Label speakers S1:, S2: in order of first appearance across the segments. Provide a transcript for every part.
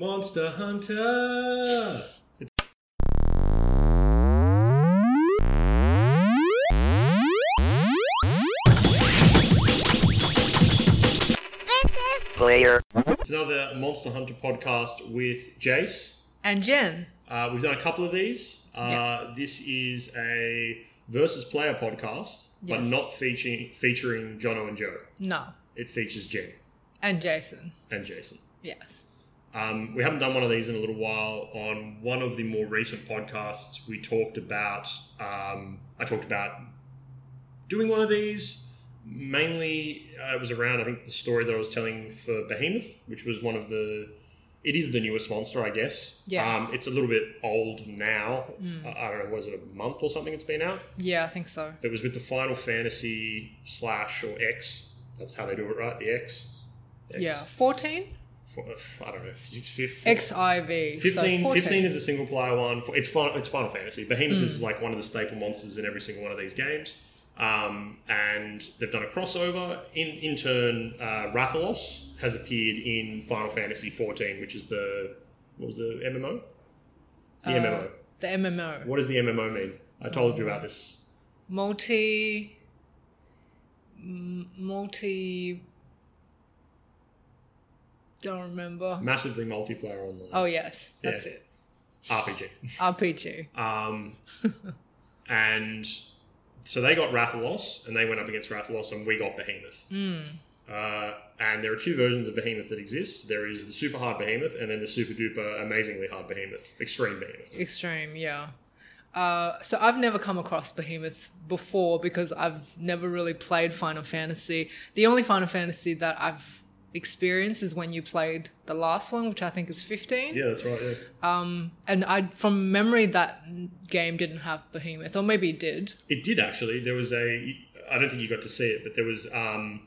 S1: Monster Hunter.
S2: player,
S1: It's another Monster Hunter podcast with Jace.
S3: And Jen.
S1: Uh, we've done a couple of these. Uh,
S3: Yeah.
S1: This is a versus player podcast, but
S3: Yes.
S1: not featuring featuring Jono and Joe.
S3: No.
S1: It features Jed
S3: And Jason.
S1: and Jason.
S3: Yes.
S1: Um, we haven't done one of these in a little while. On one of the more recent podcasts, we talked about. Um, I talked about doing one of these. Mainly, uh, it was around I think the story that I was telling for Behemoth, which was one of the. It is the newest monster, I guess.
S3: Yes.
S1: Um, it's a little bit old now.
S3: Mm.
S1: I I don't know. Was it a month or something? It's been out.
S3: Yeah, I think so.
S1: It was with the Final Fantasy slash or X. That's how they do it, right? The X. X.
S3: Yeah. 14?
S1: Four- I don't know. Six, fifth,
S3: XIV.
S1: 15,
S3: so 14.
S1: 15 is a single player one. It's Final, it's Final Fantasy. Behemoth is like one of the staple monsters in every single one of these games. Um, and they've done a crossover. In, in turn, uh, Rathalos has appeared in Final Fantasy 14, which is the. What was the MMO? The
S3: Uh,
S1: MMO.
S3: The MMO.
S1: What does the MMO mean? I told you about this.
S3: Multi. m- Multi. Don't remember.
S1: Massively multiplayer online
S3: Oh, yes. That's
S1: Yeah.
S3: it.
S1: RPG.
S3: RPG.
S1: Um, and so they got Rathalos, and they went up against Rathalos, and we got Behemoth.
S3: Mm.
S1: Uh, and there are two versions of Behemoth that exist. There is the super hard Behemoth, and then the super duper amazingly hard Behemoth, extreme Behemoth.
S3: Extreme, yeah. Uh, so I've never come across Behemoth before because I've never really played Final Fantasy. The only Final Fantasy that I've experienced is when you played the last one, which I think is 15.
S1: Yeah, that's right. Yeah.
S3: Um, and I, from memory, that game didn't have Behemoth, or maybe it did.
S1: It did actually. There was a. I don't think you got to see it, but there was um,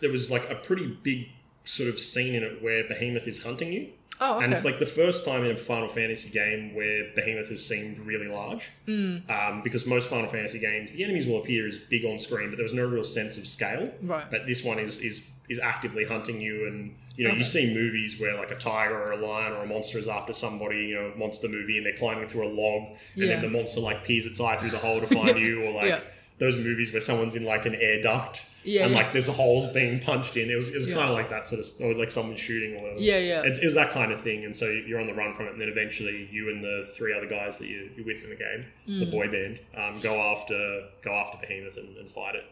S1: there was like a pretty big sort of scene in it where Behemoth is hunting you,
S3: Oh, okay.
S1: and it's like the first time in a Final Fantasy game where Behemoth has seemed really large.
S3: Mm,
S1: Um, because most Final Fantasy games, the enemies will appear as big on screen, but there was no real sense of scale.
S3: right.
S1: but this one is is is actively hunting you and you know you
S3: Okay.
S1: see movies where like a tiger or a lion or a monster is after somebody you know monster movie and they're climbing through a log and
S3: Yeah.
S1: then the monster like peers its eye through the hole to find you or like
S3: Yeah.
S1: those movies where someone's in like an air duct
S3: Yeah,
S1: and
S3: yeah.
S1: like there's holes being punched in it was, it was
S3: Yeah.
S1: kind of like that sort of or like someone shooting or whatever
S3: yeah, yeah.
S1: it's, it was that kind of thing and so you're on the run from it and then eventually you and the three other guys that you, you're with in the game the
S3: Mm.
S1: boy band um, go after go after behemoth and, and fight it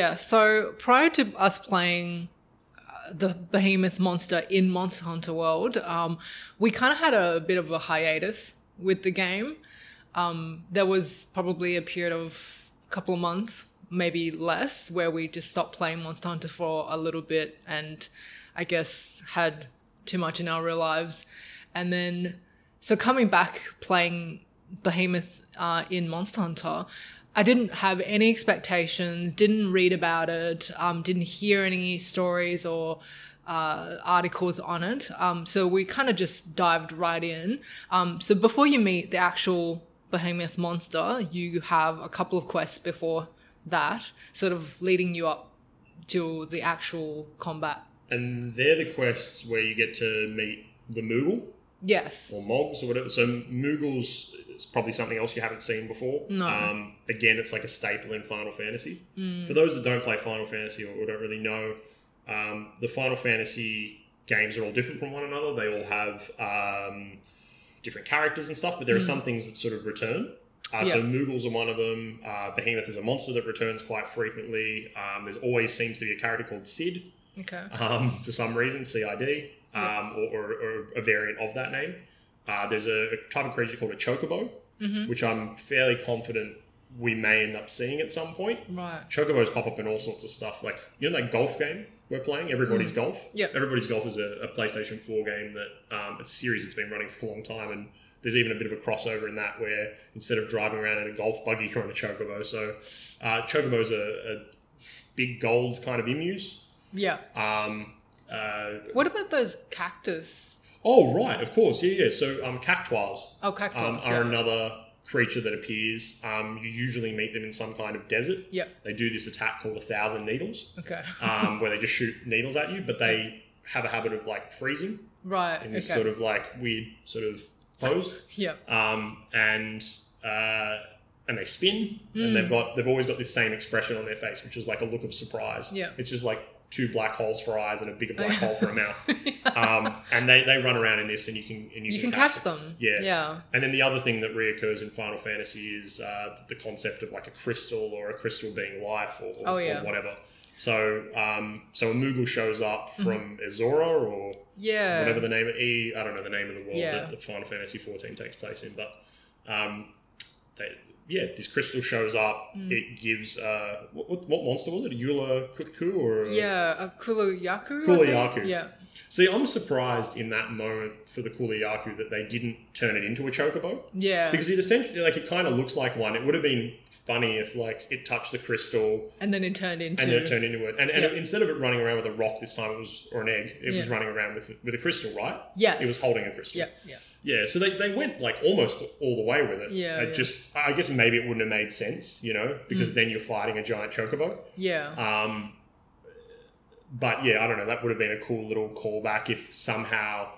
S3: Yeah, so prior to us playing uh, the behemoth monster in Monster Hunter World, um, we kind of had a bit of a hiatus with the game. Um, there was probably a period of a couple of months, maybe less, where we just stopped playing Monster Hunter for a little bit and I guess had too much in our real lives. And then, so coming back playing Behemoth uh, in Monster Hunter, I didn't have any expectations, didn't read about it, um, didn't hear any stories or uh, articles on it. Um, so we kind of just dived right in. Um, so before you meet the actual Behemoth monster, you have a couple of quests before that, sort of leading you up to the actual combat.
S1: And they're the quests where you get to meet the Moogle
S3: Yes.
S1: or Mogs or whatever. So Moogles is probably something else you haven't seen before.
S3: No.
S1: Um, again, it's like a staple in Final Fantasy.
S3: Mm,
S1: For those that don't play Final Fantasy or, or don't really know, um, the Final Fantasy games are all different from one another. They all have um, different characters and stuff, but there are some things that sort of return. Uh, So
S3: Hmm. Yeah.
S1: Moogles are one of them. Uh, Behemoth is a monster that returns quite frequently. Um, there's always seems to be a character called Sid
S3: Okay.
S1: um, for some reason, CID, um,
S3: Yeah.
S1: or, or, or a variant of that name. Uh, there's a, a type of creature called a chocobo,
S3: hmm
S1: which I'm fairly confident we may end up seeing at some point.
S3: Right.
S1: Chocobos pop up in all sorts of stuff, like you know that golf game we're playing, Everybody's Golf.
S3: Yeah.
S1: Everybody's Golf is a, a PlayStation 4 game that um, it's a series that's been running for a long time, and there's even a bit of a crossover in that where instead of driving around in a golf buggy, you're on a chocobo. So uh, chocobos are, are big gold kind of emus.
S3: Yeah.
S1: Um, uh,
S3: What about those cactus?
S1: oh, right, of course, yeah, yeah. So um, cactuars
S3: Oh, cactus.
S1: um, are another creature that appears. Um, you usually meet them in some kind of desert.
S3: yeah.
S1: They do this attack called a thousand needles,
S3: yeah. Okay.
S1: um, where they just shoot needles at you, but they have a habit of like freezing.
S3: Right.
S1: in
S3: Okay.
S1: this sort of like weird sort of pose.
S3: yeah.
S1: um, and uh, and they spin,
S3: Mm.
S1: and they've got they've always got this same expression on their face, which is like a look of surprise.
S3: Yeah.
S1: it's just like two black holes for eyes and a bigger black
S3: Oh, yeah.
S1: hole for a mouth. Um, and they, they run around in this, and you can and you,
S3: you can catch
S1: them.
S3: them.
S1: Yeah.
S3: Yeah.
S1: And then the other thing that reoccurs in Final Fantasy is uh, the concept of like a crystal or a crystal being life or, or,
S3: Oh, yeah.
S1: or whatever. So um, so a Moogle shows up
S3: Mm-hmm.
S1: from Azora or
S3: Yeah.
S1: whatever the name e I don't know the name of the world
S3: Uh, Yeah.
S1: that, that Final Fantasy fourteen takes place in, but um, they, yeah, this crystal shows up.
S3: Mm.
S1: It gives uh, what, what, what monster was it? A Eula Kutku or a...
S3: yeah, a Kulu Yaku.
S1: Kulayaku.
S3: Yeah.
S1: See, I'm surprised in that moment for the Kuliyaku that they didn't turn it into a chocobo
S3: Yeah.
S1: because it essentially like it kind of looks like one. It would have been funny if like it touched the crystal
S3: and then it turned into.
S1: and then it turned into it. And, and
S3: Yeah.
S1: instead of it running around with a rock this time, it was or an egg. It was
S3: Yeah.
S1: running around with with a crystal, right?
S3: yes.
S1: It was holding a crystal.
S3: Yeah. Yeah.
S1: Yeah, so they, they went like almost all the way with it.
S3: Yeah,
S1: I
S3: yeah. Mm.
S1: just I guess maybe it wouldn't have made sense, you know, because then you're fighting a giant chocobo.
S3: Yeah.
S1: Um, but yeah, I don't know. That would have been a cool little callback if somehow,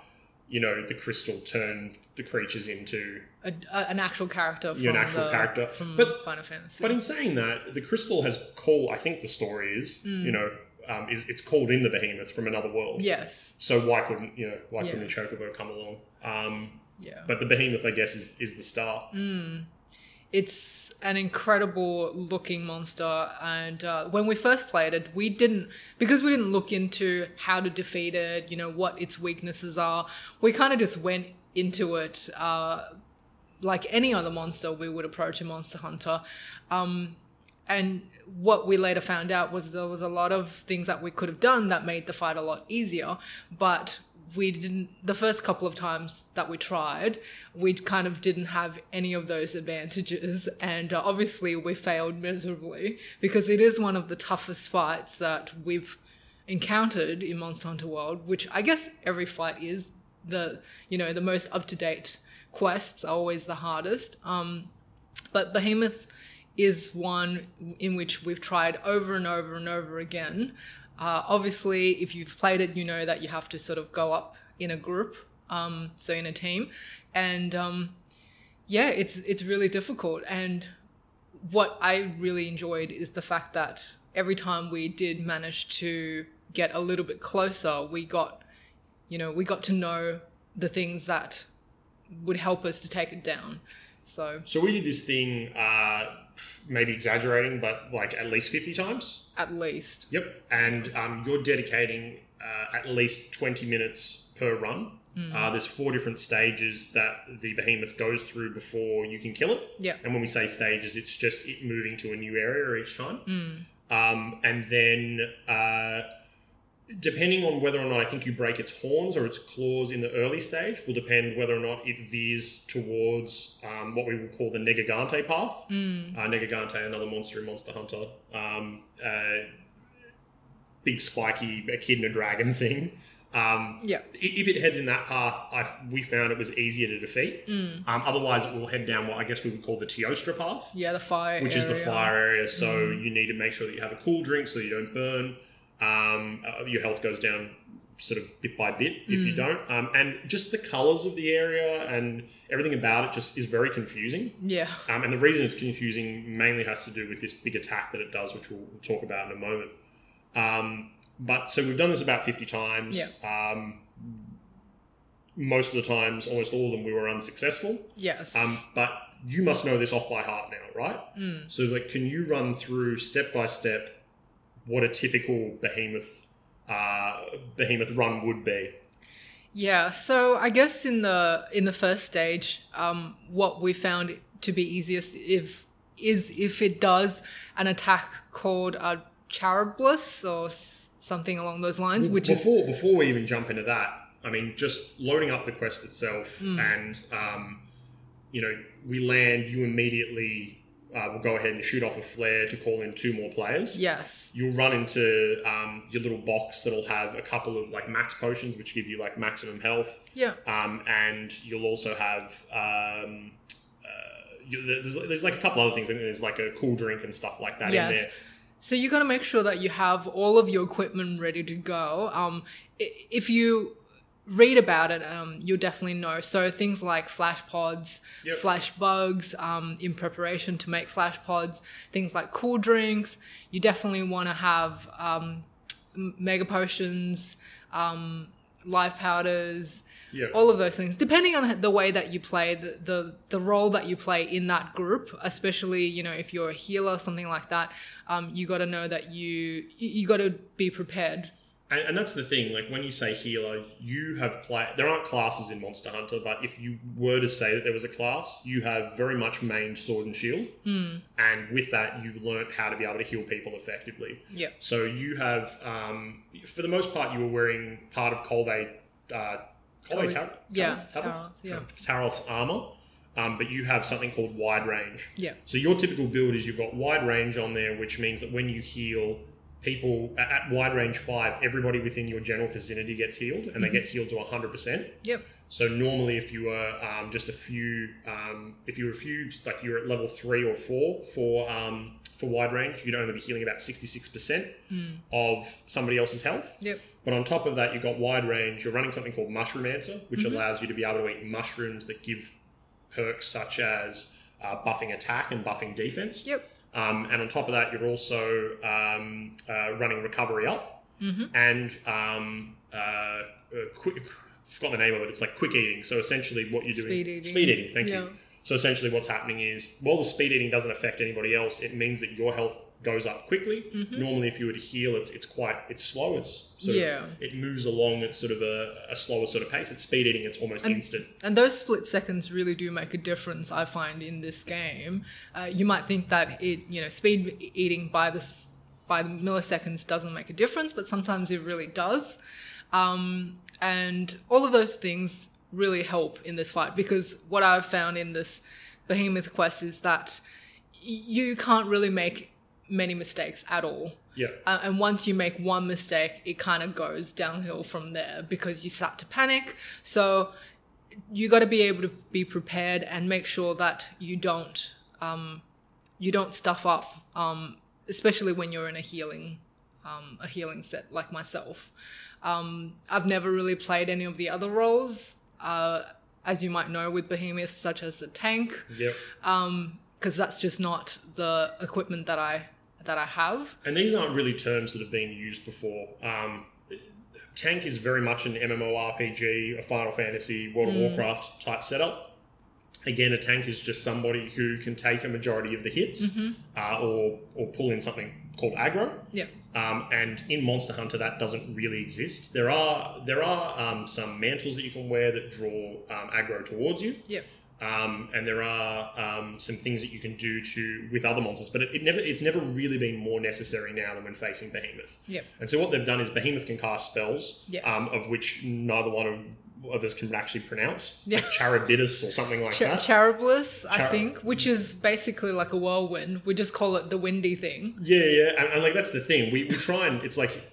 S1: you know, the crystal turned the creatures into
S3: A, a- an actual character. From
S1: an actual
S3: the-
S1: character.
S3: From
S1: But-
S3: Final Fantasy.
S1: But in saying that, the crystal has called. I think the story is,
S3: Mm.
S1: you know, um, is it's called in the behemoth from another world.
S3: yes.
S1: So why couldn't you know why
S3: Yeah.
S1: couldn't a chocobo come along? Um,
S3: Yeah.
S1: but the behemoth, I guess, is is the star.
S3: Mm. It's an incredible looking monster, and uh, when we first played it, we didn't because we didn't look into how to defeat it. You know what its weaknesses are. We kind of just went into it uh, like any other monster we would approach a monster hunter. Um, and what we later found out was there was a lot of things that we could have done that made the fight a lot easier, but we didn't. The first couple of times that we tried, we kind of didn't have any of those advantages, and uh, obviously we failed miserably because it is one of the toughest fights that we've encountered in Monster Hunter World, which I guess every fight is the you know the most up to date quests are always the hardest. Um, but Behemoth is one in which we've tried over and over and over again. Uh, obviously, if you've played it, you know that you have to sort of go up in a group, um, so in a team, and um, yeah, it's it's really difficult. And what I really enjoyed is the fact that every time we did manage to get a little bit closer, we got, you know, we got to know the things that would help us to take it down. So
S1: So we did this thing, uh, maybe exaggerating, but like at least 50 times.
S3: at least,
S1: Yep. And um, you're dedicating uh, at least 20 minutes per run. Uh, there's four different stages that the behemoth goes through before you can kill it.
S3: yeah,
S1: And when we say stages, it's just it moving to a new area each time.
S3: mm.
S1: Um, and then, uh, depending on whether or not I think you break its horns or its claws in the early stage, will depend whether or not it veers towards um, what we will call the Negagante path.
S3: Mm.
S1: Uh, Negagante, another monster in Monster Hunter. Um, uh, big spiky echidna dragon thing. Um,
S3: yeah,
S1: i- if it heads in that path, I, we found it was easier to defeat.
S3: mm.
S1: Um, otherwise, it will head down what I guess we would call the Teostra path
S3: yeah, the fire,
S1: which is the
S3: area.
S1: fire area. So
S3: Mm.
S1: you need to make sure that you have a cool drink so you don't burn. Um, uh, your health goes down sort of bit by bit if you
S3: Mm.
S1: don't. Um, and just the colors of the area and everything about it just is very confusing.
S3: Yeah,
S1: Um, and the reason it's confusing mainly has to do with this big attack that it does, which we'll, we'll talk about in a moment. Um, but so we've done this about 50 times. Um, most of the times, almost all of them, we were unsuccessful.
S3: yes,
S1: Um, but you must know this off by heart now, right?
S3: mm.
S1: So, like, can you run through step by step what a typical behemoth uh, behemoth run would be?
S3: yeah. So I guess in the in the first stage, um, what we found to be easiest if is if it does an attack called a chariblis or s- something along those lines, which is
S1: before before we even jump into that, I mean, just loading up the quest itself,
S3: Mm.
S1: and um, you know, we land. You immediately uh, will go ahead and shoot off a flare to call in two more players.
S3: yes,
S1: You'll run into um, your little box that'll have a couple of like max potions, which give you like maximum health.
S3: yeah,
S1: um, and you'll also have um, uh, you, there's, there's like a couple other things and there's like a cool drink and stuff like that in
S3: Yes.
S1: there
S3: So you got to make sure that you have all of your equipment ready to go. Um, i- if you read about it, um, you'll definitely know. So things like flash pods,
S1: Yep.
S3: flash bugs, um, in preparation to make flash pods, things like cool drinks. You definitely want to have um, m- mega potions, um, live powders,
S1: Yeah.
S3: all of those things depending on the way that you play the, the the role that you play in that group especially you know if you're a healer something like that um, you got to know that you you- you got to be prepared
S1: And, and that's the thing. Like when you say healer, you have play. There aren't classes in Monster Hunter, but if you were to say that there was a class, you have very much main sword and shield,
S3: Hmm.
S1: and with that, you've learnt how to be able to heal people effectively.
S3: yeah
S1: So you have, um, for the most part, you were wearing part of Colvade, uh, Colvade
S3: Colvade-
S1: Tar-
S3: yeah,
S1: Taralth- Taralth?
S3: Taralth, yeah.
S1: Taralth's armor, um, but you have something called wide range.
S3: Yeah.
S1: So your typical build is you've got wide range on there, which means that when you heal people a- at wide range five, everybody within your general vicinity gets healed, and they
S3: Mhm.
S1: get healed to hundred percent.
S3: Yep.
S1: So normally, if you were um, just a few, um, if you were a few, like you were at level three or four for um, for wide range, you'd only be healing about sixty six percent
S3: Hmm.
S1: of somebody else's health.
S3: Yep.
S1: But on top of that, you've got wide range. You're running something called Mushroom Answer, which
S3: Mhm.
S1: allows you to be able to eat mushrooms that give perks such as uh, buffing attack and buffing defense.
S3: Yep.
S1: Um, and on top of that, you're also um, uh, running recovery up
S3: Mhm.
S1: and um, uh, uh, quick. I forgot the name of it. It's like quick eating. So essentially, what you're doing
S3: Speed eating.
S1: speed eating. Thank
S3: yeah
S1: you. So essentially, what's happening is while the speed eating doesn't affect anybody else, it means that your health goes up quickly
S3: Mhm.
S1: normally if you were to heal it's it's quite it's slow it's sort
S3: Yeah.
S1: of it moves along at sort of a, a slower sort of pace it's speed eating it's almost
S3: And-
S1: instant
S3: And those split seconds really do make a difference, I find, in this game. Uh, you might think that it, you know, speed e- eating by the s- by the milliseconds doesn't make a difference, but sometimes it really does. Um, and all of those things really help in this fight because what I've found in this behemoth quest is that y- you can't really make many mistakes at all
S1: yeah
S3: uh, and once you make one mistake it kind of goes downhill from there because you start to panic so you got to be able to be prepared and make sure that you don't um, you don't stuff up um, especially when you're in a healing um, a healing set like myself um, i've never really played any of the other roles uh, as you might know with behemoths such as the tank
S1: yep
S3: because that's just not the equipment that i that i have
S1: and these aren't really terms that have been used before um tank is very much an mmorpg a final fantasy world
S3: Mm.
S1: of warcraft type setup again a tank is just somebody who can take a majority of the hits
S3: Mhm.
S1: uh, or or pull in something called aggro
S3: Yeah.
S1: Um, and in Monster Hunter, that doesn't really exist. There are there are um, some mantles that you can wear that draw um, aggro towards you.
S3: Yeah.
S1: Um, and there are um, some things that you can do to with other monsters, but it, it never it's never really been more necessary now than when facing Behemoth.
S3: Yeah.
S1: And so what they've done is Behemoth can cast spells,
S3: Yes.
S1: um, of which neither one of, of us can actually pronounce. It's
S3: Yeah.
S1: like Charybdis or something like
S3: Ch-
S1: that.
S3: Chariblis, I
S1: Char-
S3: think, which is basically like a whirlwind. We just call it the windy thing.
S1: Yeah, yeah, and, and like that's the thing. We, we try and it's like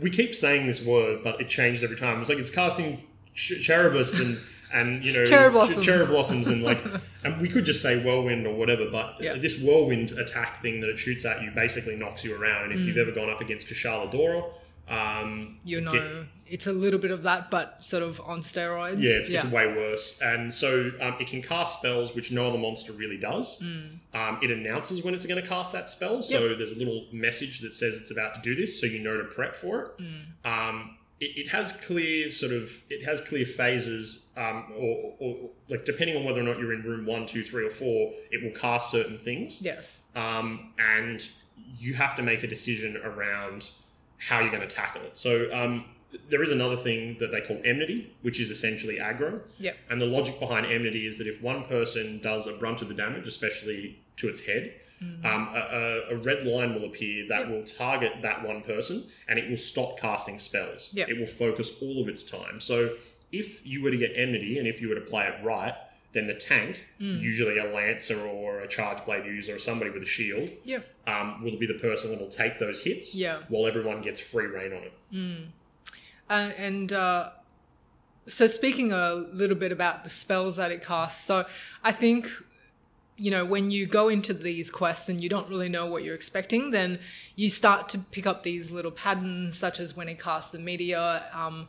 S1: we keep saying this word, but it changes every time. It's like it's casting ch- cherubus and and you know
S3: Cherry
S1: ch-
S3: blossoms.
S1: cherry blossoms and like and we could just say whirlwind or whatever. But
S3: Yeah.
S1: this whirlwind attack thing that it shoots at you basically knocks you around. And if
S3: Mm.
S1: you've ever gone up against Kashala Dora, um,
S3: You know,
S1: get-
S3: it's a little bit of that, but sort of on steroids.
S1: yeah, it's, it's way worse. And so um, it can cast spells, which no other monster really does.
S3: Mm,
S1: Um, it announces when it's going to cast that spell. So there's a little message that says it's about to do this, so you know to prep for it.
S3: mm,
S1: Um, it, it has clear sort of it has clear phases, um, or, or, or like depending on whether or not you're in room one, two, three, or four, it will cast certain things
S3: yes.
S1: um, and you have to make a decision around how you're going to tackle it. So um, there is another thing that they call enmity, which is essentially aggro.
S3: Yep.
S1: And the logic behind enmity is that if one person does a brunt of the damage, especially to its head,
S3: Mm.
S1: um, a, a, a red line will appear that
S3: Yep.
S1: will target that one person and it will stop casting spells.
S3: Yep.
S1: It will focus all of its time. So if you were to get enmity and if you were to play it right, then the tank,
S3: Mm.
S1: usually a lancer or a charge blade user or somebody with a shield,
S3: Yeah.
S1: um, will be the person that will take those hits
S3: Yeah.
S1: while everyone gets free reign on it.
S3: Mm. Uh, and uh, so, speaking a little bit about the spells that it casts, so I think, you know, when you go into these quests and you don't really know what you're expecting, then you start to pick up these little patterns, such as when it casts the meteor. Um,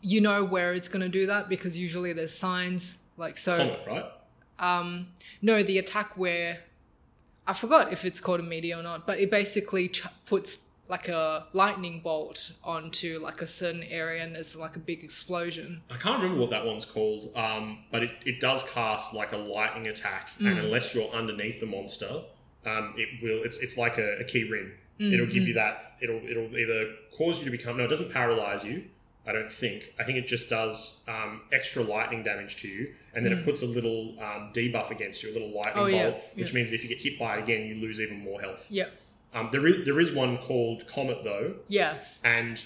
S3: you know where it's going to do that because usually there's signs like so.
S1: Comet, right?
S3: um, no, the attack where I forgot if it's called a meteor or not, but it basically ch- puts like a lightning bolt onto like a certain area and there's like a big explosion.
S1: I can't remember what that one's called, um, but it, it does cast like a lightning attack, and
S3: Mm.
S1: unless you're underneath the monster, um, it will. It's it's like a, a key ring.
S3: Mm,
S1: It'll give
S3: mm.
S1: you that. It'll it'll either cause you to become. No, it doesn't paralyze you. I don't think. I think it just does um, extra lightning damage to you, and then it
S3: Mm.
S1: puts a little um, debuff against you, a little lightning
S3: Oh, yeah,
S1: bolt, which means if you get hit by it again, you lose even more health.
S3: Yeah.
S1: Um, there is there is one called Comet though,
S3: Yes.
S1: and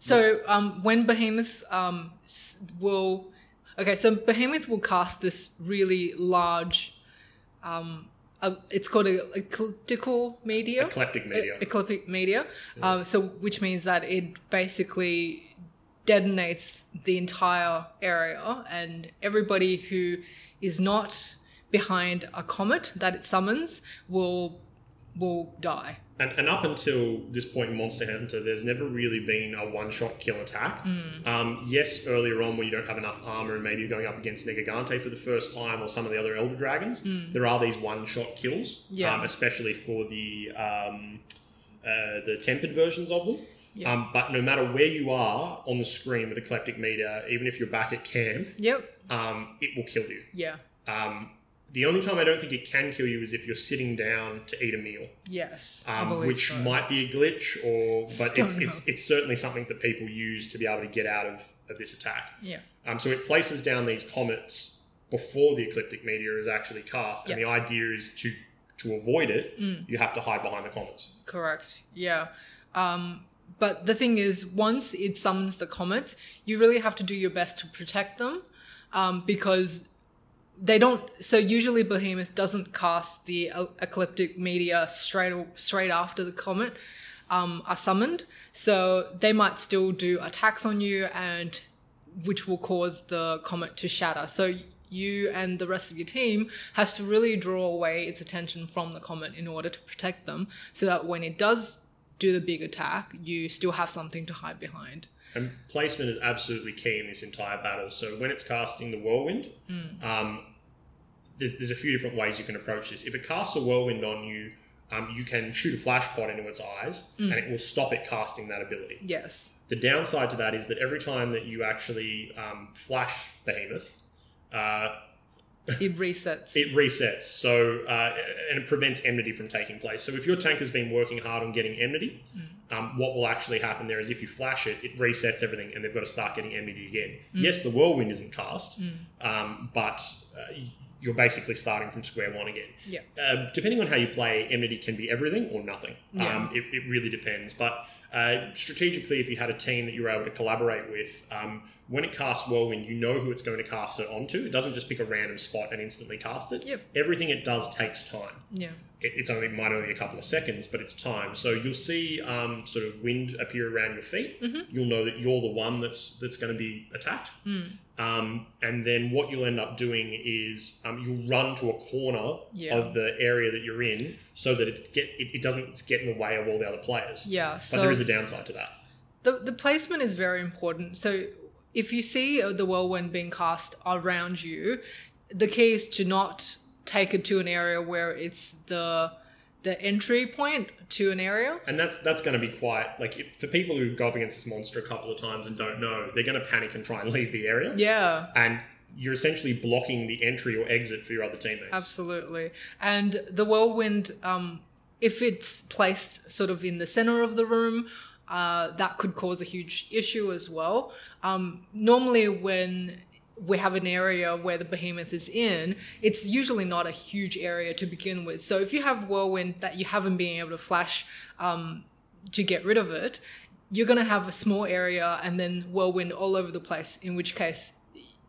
S3: So um, when behemoths um, s- will, okay, so behemoth will cast this really large, um, uh, it's called a ecliptical meteor.
S1: eclectic media.
S3: E- ecliptic media.
S1: Yeah.
S3: Um, so which means that it basically detonates the entire area, and everybody who is not behind a comet that it summons will will die.
S1: And, and up until this point in Monster Hunter, there's never really been a one shot kill
S3: Mm.
S1: attack. Um, yes, earlier on, when you don't have enough armor and maybe you're going up against Negagante for the first time or some of the other Elder Dragons,
S3: Mm.
S1: there are these one shot kills,
S3: Yeah.
S1: um, especially for the, um, uh, the tempered versions of them.
S3: Yeah.
S1: Um, but no matter where you are on the screen with Eclectic Meter, even if you're back at camp,
S3: Yep.
S1: um, it will kill you.
S3: Yeah.
S1: Um, the only time I don't think it can kill you is if you're sitting down to eat a meal
S3: Yes. I
S1: um,
S3: believe
S1: which
S3: so.
S1: might be a glitch, or but it's,
S3: Don't know.
S1: it's it's certainly something that people use to be able to get out of, of this attack.
S3: Yeah.
S1: Um, so it places down these comets before the ecliptic meteor is actually cast, and the
S3: Yes.
S1: idea is to to avoid it,
S3: Mm.
S1: you have to hide behind the comets.
S3: Correct. Yeah. Um, but the thing is, once it summons the comet, you really have to do your best to protect them um, because they don't. So usually, Behemoth doesn't cast the e- ecliptic meteor straight straight after the comet um, are summoned. So they might still do attacks on you, and which will cause the comet to shatter. So you and the rest of your team has to really draw away its attention from the comet in order to protect them, so that when it does do the big attack, you still have something to hide behind.
S1: And placement is absolutely key in this entire battle. So when it's casting the whirlwind,
S3: Mm.
S1: um, there's, there's a few different ways you can approach this. If it casts a whirlwind on you, um, you can shoot a flash pod into its eyes,
S3: Mm.
S1: and it will stop it casting that ability.
S3: Yes.
S1: The downside to that is that every time that you actually um, flash Behemoth, uh,
S3: It resets.
S1: it resets. So uh, and it prevents enmity from taking place. So if your tank has been working hard on getting enmity, um, what will actually happen there is if you flash it, it resets everything, and they've got to start getting enmity again. Yes, the whirlwind isn't cast, um, but uh, you're basically starting from square one again.
S3: Yeah.
S1: Uh, depending on how you play, enmity can be everything or nothing.
S3: Yeah.
S1: Um, it, it really depends. But uh, strategically, if you had a team that you were able to collaborate with, um, when it casts Whirlwind, you know who it's going to cast it onto. It doesn't just pick a random spot and instantly cast it.
S3: Yep.
S1: Everything it does takes time
S3: yeah.
S1: it, it's only might only be a couple of seconds, but it's time. So you'll see um, sort of wind appear around your feet.
S3: Mhm.
S1: You'll know that you're the one that's that's going to be attacked.
S3: Mm.
S1: Um, and then what you'll end up doing is um, you'll run to a corner
S3: Yeah.
S1: of the area that you're in, so that it get it, it doesn't get in the way of all the other players.
S3: Yeah.
S1: But
S3: So
S1: there is a downside to that.
S3: The, the placement is very important. So if you see uh, the whirlwind being cast around you, the key is to not take it to an area where it's the the entry point to an area.
S1: And that's that's going to be quite like if, for people who go up against this monster a couple of times and don't know, they're going to panic and try and leave the area.
S3: Yeah,
S1: And you're essentially blocking the entry or exit for your other teammates.
S3: absolutely. And the whirlwind, um, if it's placed sort of in the center of the room, uh, that could cause a huge issue as well. Um, normally, when we have an area where the behemoth is in, it's usually not a huge area to begin with. So if you have whirlwind that you haven't been able to flash um, to get rid of it, you're going to have a small area and then whirlwind all over the place, in which case,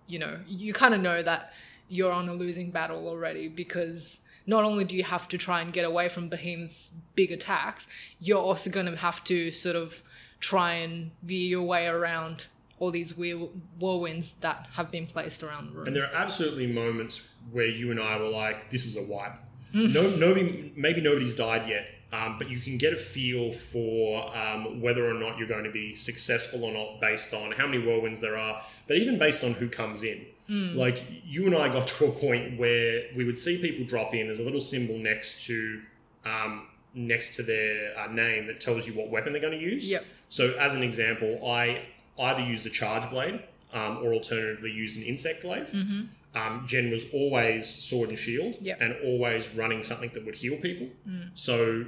S3: you know, you kind of know that you're on a losing battle already because not only do you have to try and get away from Behemoth's big attacks, you're also going to have to sort of try and veer your way around all these wheel- whirlwinds that have been placed around the room.
S1: And there are absolutely moments where you and I were like, "This is a wipe." No, nobody, maybe nobody's died yet, Um, but you can get a feel for um, whether or not you're going to be successful or not based on how many whirlwinds there are, but even based on who comes in.
S3: Hmm.
S1: Like you and I got to a point where we would see people drop in. There's a little symbol next to um, next to their uh, name that tells you what weapon they're going to use.
S3: Yep.
S1: So, as an example, I either used a charge blade um, or alternatively used an insect glaive.
S3: Mm-hmm.
S1: Um, Jen was always sword and shield
S3: Yep.
S1: and always running something that would heal people.
S3: Mm.
S1: So,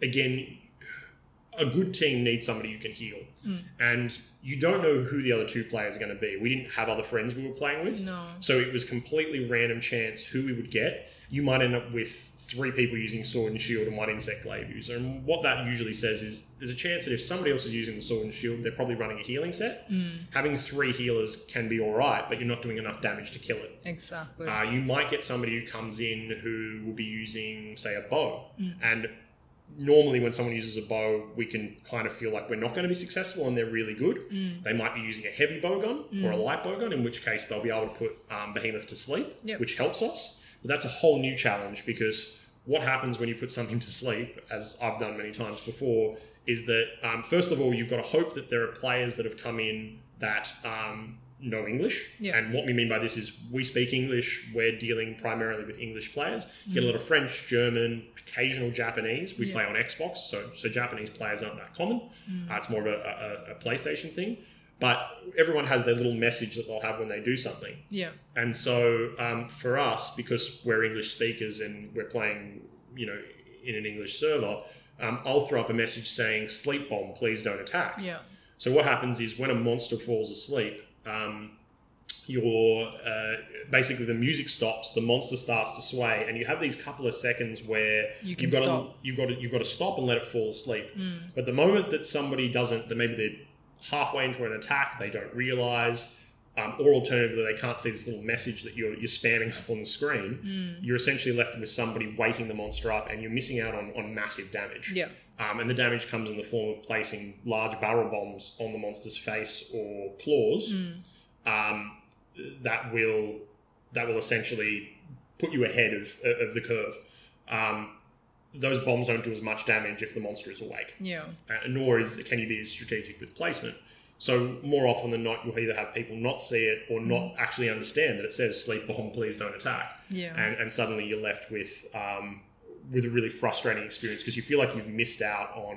S1: again, a good team needs somebody you can heal.
S3: Mm.
S1: And you don't know who the other two players are going to be. We didn't have other friends we were playing with.
S3: No.
S1: So it was completely random chance who we would get. You might end up with three people using sword and shield and one insect glaive user. And what that usually says is there's a chance that if somebody else is using the sword and shield, they're probably running a healing set.
S3: Mm,
S1: Having three healers can be all right, but you're not doing enough damage to kill it.
S3: exactly.
S1: Uh, you might get somebody who comes in who will be using, say, a bow.
S3: Mm.
S1: And normally, when someone uses a bow, we can kind of feel like we're not going to be successful and they're really good.
S3: Mm,
S1: They might be using a heavy bow gun or a
S3: Mm.
S1: light bow gun, in which case they'll be able to put um, Behemoth to sleep,
S3: Yep.
S1: which helps us. But that's a whole new challenge because what happens when you put something to sleep, as I've done many times before, is that um, first of all, you've got to hope that there are players that have come in that um, know English.
S3: Yeah.
S1: And what we mean by this is we speak English, we're dealing primarily with English players. You Get a
S3: Mm.
S1: lot of French, German, occasional Japanese. We
S3: Yeah.
S1: play on Xbox, so, so Japanese players aren't that common.
S3: mm,
S1: Uh, it's more of a, a, a PlayStation thing. But everyone has their little message that they'll have when they do something.
S3: yeah.
S1: And so um, for us, because we're English speakers and we're playing, you know, in an English server, um, I'll throw up a message saying, sleep bomb, please don't attack.
S3: Yeah.
S1: So what happens is when a monster falls asleep, um, your uh, basically the music stops, the monster starts to sway, and you have these couple of seconds where
S3: You can
S1: you've got to,
S3: stop.
S1: you've got to, you've got to stop and let it fall asleep.
S3: Mm,
S1: But the moment that somebody doesn't, that maybe they're halfway into an attack, they don't realize, um, or alternatively, they can't see this little message that you're, you're spamming up on the screen,
S3: mm,
S1: you're essentially left with somebody waking the monster up and you're missing out on, on massive damage.
S3: yeah.
S1: Um, and the damage comes in the form of placing large barrel bombs on the monster's face or claws
S3: Mm,
S1: um, that will that will essentially put you ahead of, of the curve. Um, those bombs don't do as much damage if the monster is awake
S3: yeah.
S1: uh, nor is can you be as strategic with placement. So more often than not, you'll either have people not see it or
S3: Mm-hmm.
S1: not actually understand that it says "sleep bomb, please don't attack,"
S3: Yeah.
S1: and, and suddenly you're left with um, with a really frustrating experience because you feel like you've missed out on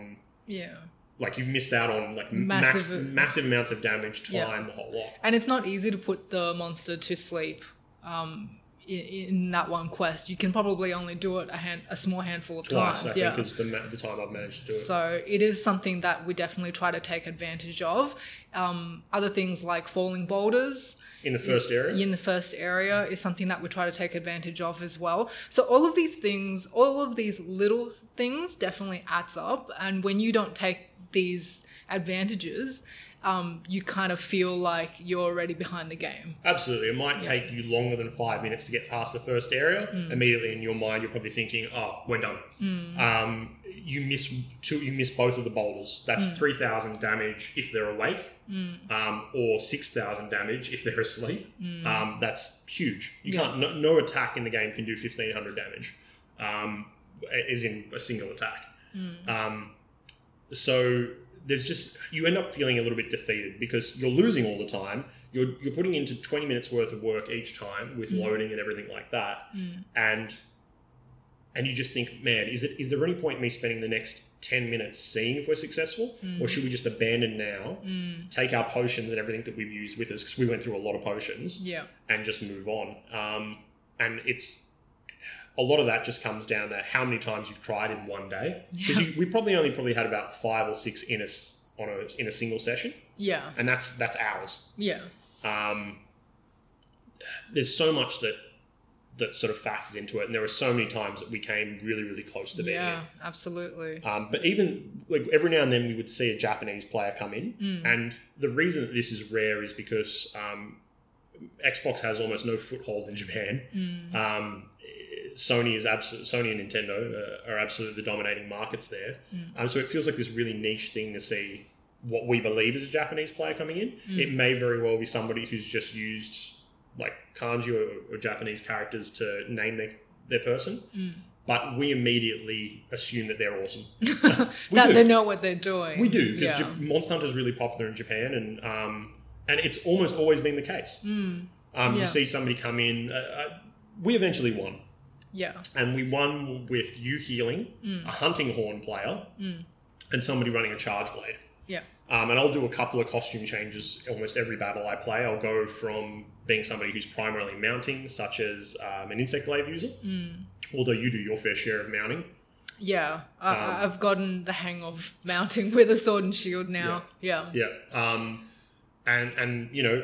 S3: Yeah.
S1: like you've missed out on like massive max,
S3: Massive-
S1: massive amounts of damage, time,
S3: Yeah.
S1: the whole lot.
S3: And it's not easy to put the monster to sleep um, in, in that one quest. You can probably only do it a, hand, a small handful of
S1: Twice,
S3: times.
S1: I
S3: yeah.
S1: think, is the, ma- the time I've managed to do it.
S3: So it is something that we definitely try to take advantage of. Um, other things like falling boulders
S1: in the first area,
S3: in the first area is something that we try to take advantage of as well. So all of these things, all of these little things definitely adds up. And when you don't take these advantages, um, you kind of feel like you're already behind the game.
S1: Absolutely. It might
S3: Yeah. Mm.
S1: take you longer than five minutes to get past the first area. Immediately in your mind, you're probably thinking, oh, we're done. Um, you miss two, you miss both of the boulders. That's
S3: Mm.
S1: 3,000 damage if they're awake um, or 6,000 damage if they're asleep. Um, that's huge. You
S3: Mm. Yeah.
S1: can't, no, no attack in the game can do 1,500 damage, um, as in a single attack.
S3: mm,
S1: Um, so there's just you end up feeling a little bit defeated because you're losing all the time. You're you're putting into 20 minutes worth of work each time with
S3: Mm.
S1: loading and everything like that,
S3: Mm.
S1: and and you just think, man, is it is there any point in me spending the next 10 minutes seeing if we're successful, or
S3: Mm.
S1: should we just abandon now?
S3: Mm.
S1: Take our potions and everything that we've used with us because we went through a lot of potions
S3: Yeah.
S1: and just move on. Um, and it's a lot of that just comes down to how many times you've tried in one day. Because
S3: Yeah.
S1: we probably only probably had about five or six in us on a in a single session,
S3: Yeah.
S1: and that's that's ours.
S3: Yeah.
S1: Um, there's so much that that sort of factors into it, and there were so many times that we came really really close to being.
S3: Yeah.
S1: it.
S3: Absolutely.
S1: Um, but even like every now and then we would see a Japanese player come in,
S3: Mm.
S1: and the reason that this is rare is because um, Xbox has almost no foothold in Japan.
S3: Mm.
S1: Um, Sony is absolute. Sony and Nintendo uh, are absolutely the dominating markets there.
S3: Mm.
S1: Um, so it feels like this really niche thing to see what we believe is a Japanese player coming in.
S3: Mm.
S1: It may very well be somebody who's just used like kanji or, or Japanese characters to name their their person.
S3: Mm.
S1: but we immediately assume that they're awesome. We
S3: that
S1: do.
S3: they know what they're doing.
S1: We do because
S3: Yeah.
S1: Monster Hunter is really popular in Japan, and um, and it's almost always been the case.
S3: Mm,
S1: Um,
S3: Yeah.
S1: You see somebody come in. Uh, uh, we eventually won,
S3: yeah.
S1: and we won with you healing
S3: Mm,
S1: a hunting horn player
S3: mm,
S1: and somebody running a charge blade.
S3: Yeah.
S1: Um, and I'll do a couple of costume changes almost every battle I play. I'll go from being somebody who's primarily mounting, such as um, an insect glaive user,
S3: mm.
S1: although you do your fair share of mounting.
S3: Yeah. I, I-
S1: Um,
S3: I've gotten the hang of mounting with a sword and shield now. Yeah.
S1: Yeah. Um, and and you know,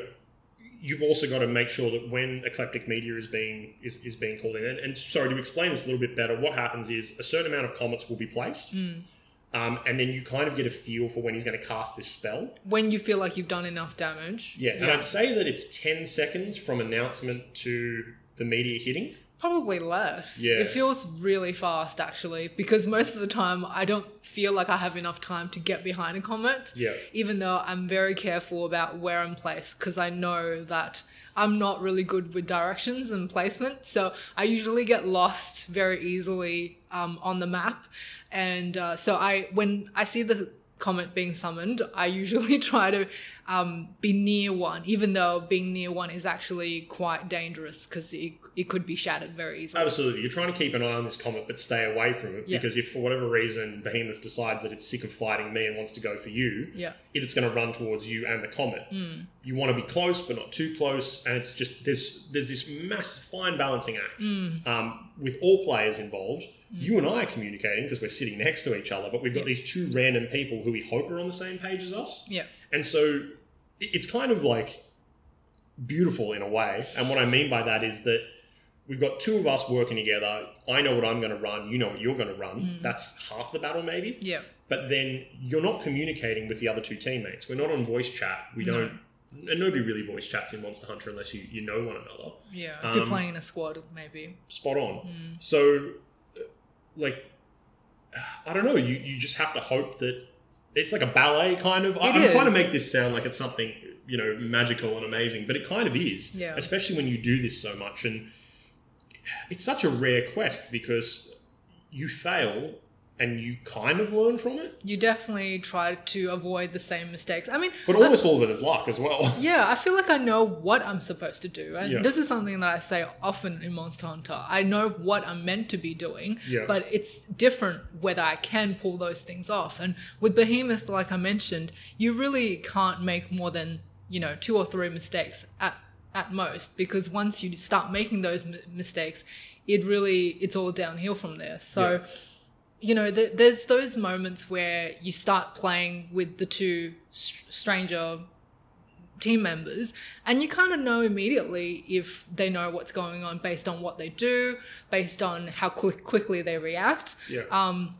S1: you've also got to make sure that when eclectic media is being is, is being called in. And, and sorry to explain this a little bit better. What happens is a certain amount of comets will be placed,
S3: Mm.
S1: um, and then you kind of get a feel for when he's going to cast this spell.
S3: When you feel like you've done enough damage.
S1: Yeah, and I'd say that it's 10 seconds from announcement to the media hitting.
S3: Probably less.
S1: Yeah.
S3: It feels really fast actually, because most of the time I don't feel like I have enough time to get behind a comet.
S1: Yeah.
S3: even though I'm very careful about where I'm placed because I know that I'm not really good with directions and placement. So I usually get lost very easily um, on the map. And uh, so I, when I see the comet being summoned, I usually try to um, be near one, even though being near one is actually quite dangerous because it, it could be shattered very easily.
S1: Absolutely. You're trying to keep an eye on this comet, but stay away from it
S3: Yeah.
S1: because if for whatever reason Behemoth decides that it's sick of fighting me and wants to go for you,
S3: Yeah.
S1: it's going to run towards you and the comet.
S3: Mm.
S1: You want to be close, but not too close. And it's just there's, there's this massive fine balancing act.
S3: Mm.
S1: um, with all players involved.
S3: Mm.
S1: You and I are communicating because we're sitting next to each other, but we've got
S3: Yeah.
S1: these two random people who we hope are on the same page as us.
S3: Yeah.
S1: And so i- it's kind of like beautiful in a way. And what I mean by that is that we've got two of us working together. I know what I'm going to run, you know what you're going to run.
S3: Mm.
S1: That's half the battle, maybe.
S3: Yeah.
S1: But then you're not communicating with the other two teammates. We're not on voice chat. We
S3: No.
S1: don't. And nobody really voice chats in Monster Hunter unless you, you know one another.
S3: Yeah. If you're
S1: Um,
S3: playing in a squad, maybe.
S1: Spot on.
S3: Mm.
S1: So, uh, like, I don't know. You you just have to hope that it's like a ballet kind of. I,
S3: It
S1: I'm trying to
S3: is.
S1: make this sound like it's something you know magical and amazing, but it kind of is.
S3: Yeah.
S1: Especially when you do this so much, and it's such a rare quest because you fail and you kind of learn from it,
S3: You definitely try to avoid the same mistakes. I mean,
S1: but almost all of it is luck as well.
S3: Yeah, I feel like I know what I'm supposed to do. And
S1: Yeah.
S3: this is something that I say often in Monster Hunter. I know what I'm meant to be doing,
S1: Yeah.
S3: but it's different whether I can pull those things off. And with Behemoth, like I mentioned, you really can't make more than, you know, two or three mistakes at at most because once you start making those m- mistakes, it really it's all downhill from there. So you know, th- there's those moments where you start playing with the two s- stranger team members and you kind of know immediately if they know what's going on based on what they do based on how quick quickly they react
S1: yeah.
S3: um,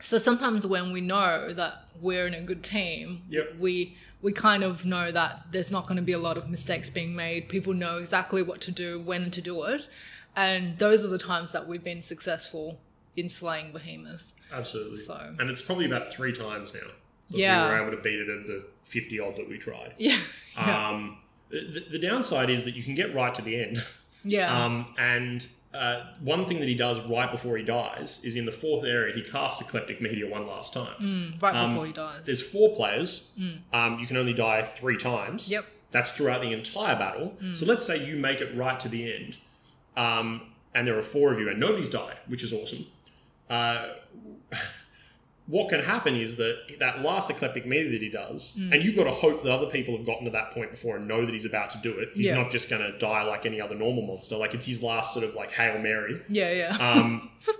S3: so sometimes when we know that we're in a good team
S1: Yep.
S3: we we kind of know that there's not going to be a lot of mistakes being made people know exactly what to do when to do it and those are the times that we've been successful in slaying behemoths
S1: Absolutely.
S3: so
S1: And it's probably about three times now that
S3: Yeah.
S1: we were able to beat it of the fifty odd that we tried.
S3: yeah yeah,
S1: Um, the, the downside is that you can get right to the end.
S3: yeah.
S1: Um, and uh, one thing that he does right before he dies is in the fourth area, he casts Eclectic Media one last time.
S3: Mm, right
S1: um,
S3: before he dies
S1: There's four players.
S3: Mm.
S1: Um, you can only die three times.
S3: yep
S1: That's throughout the entire battle.
S3: Mm.
S1: So let's say you make it right to the end, um, and there are four of you, and nobody's died, which is awesome. Uh, what can happen is that that last eclectic meter that he does,
S3: Mm.
S1: and you've got to hope that other people have gotten to that point before and know that he's about to do it. He's
S3: Yeah.
S1: not just going to die like any other normal monster. Like it's his last sort of like hail mary.
S3: yeah yeah
S1: Um, uh,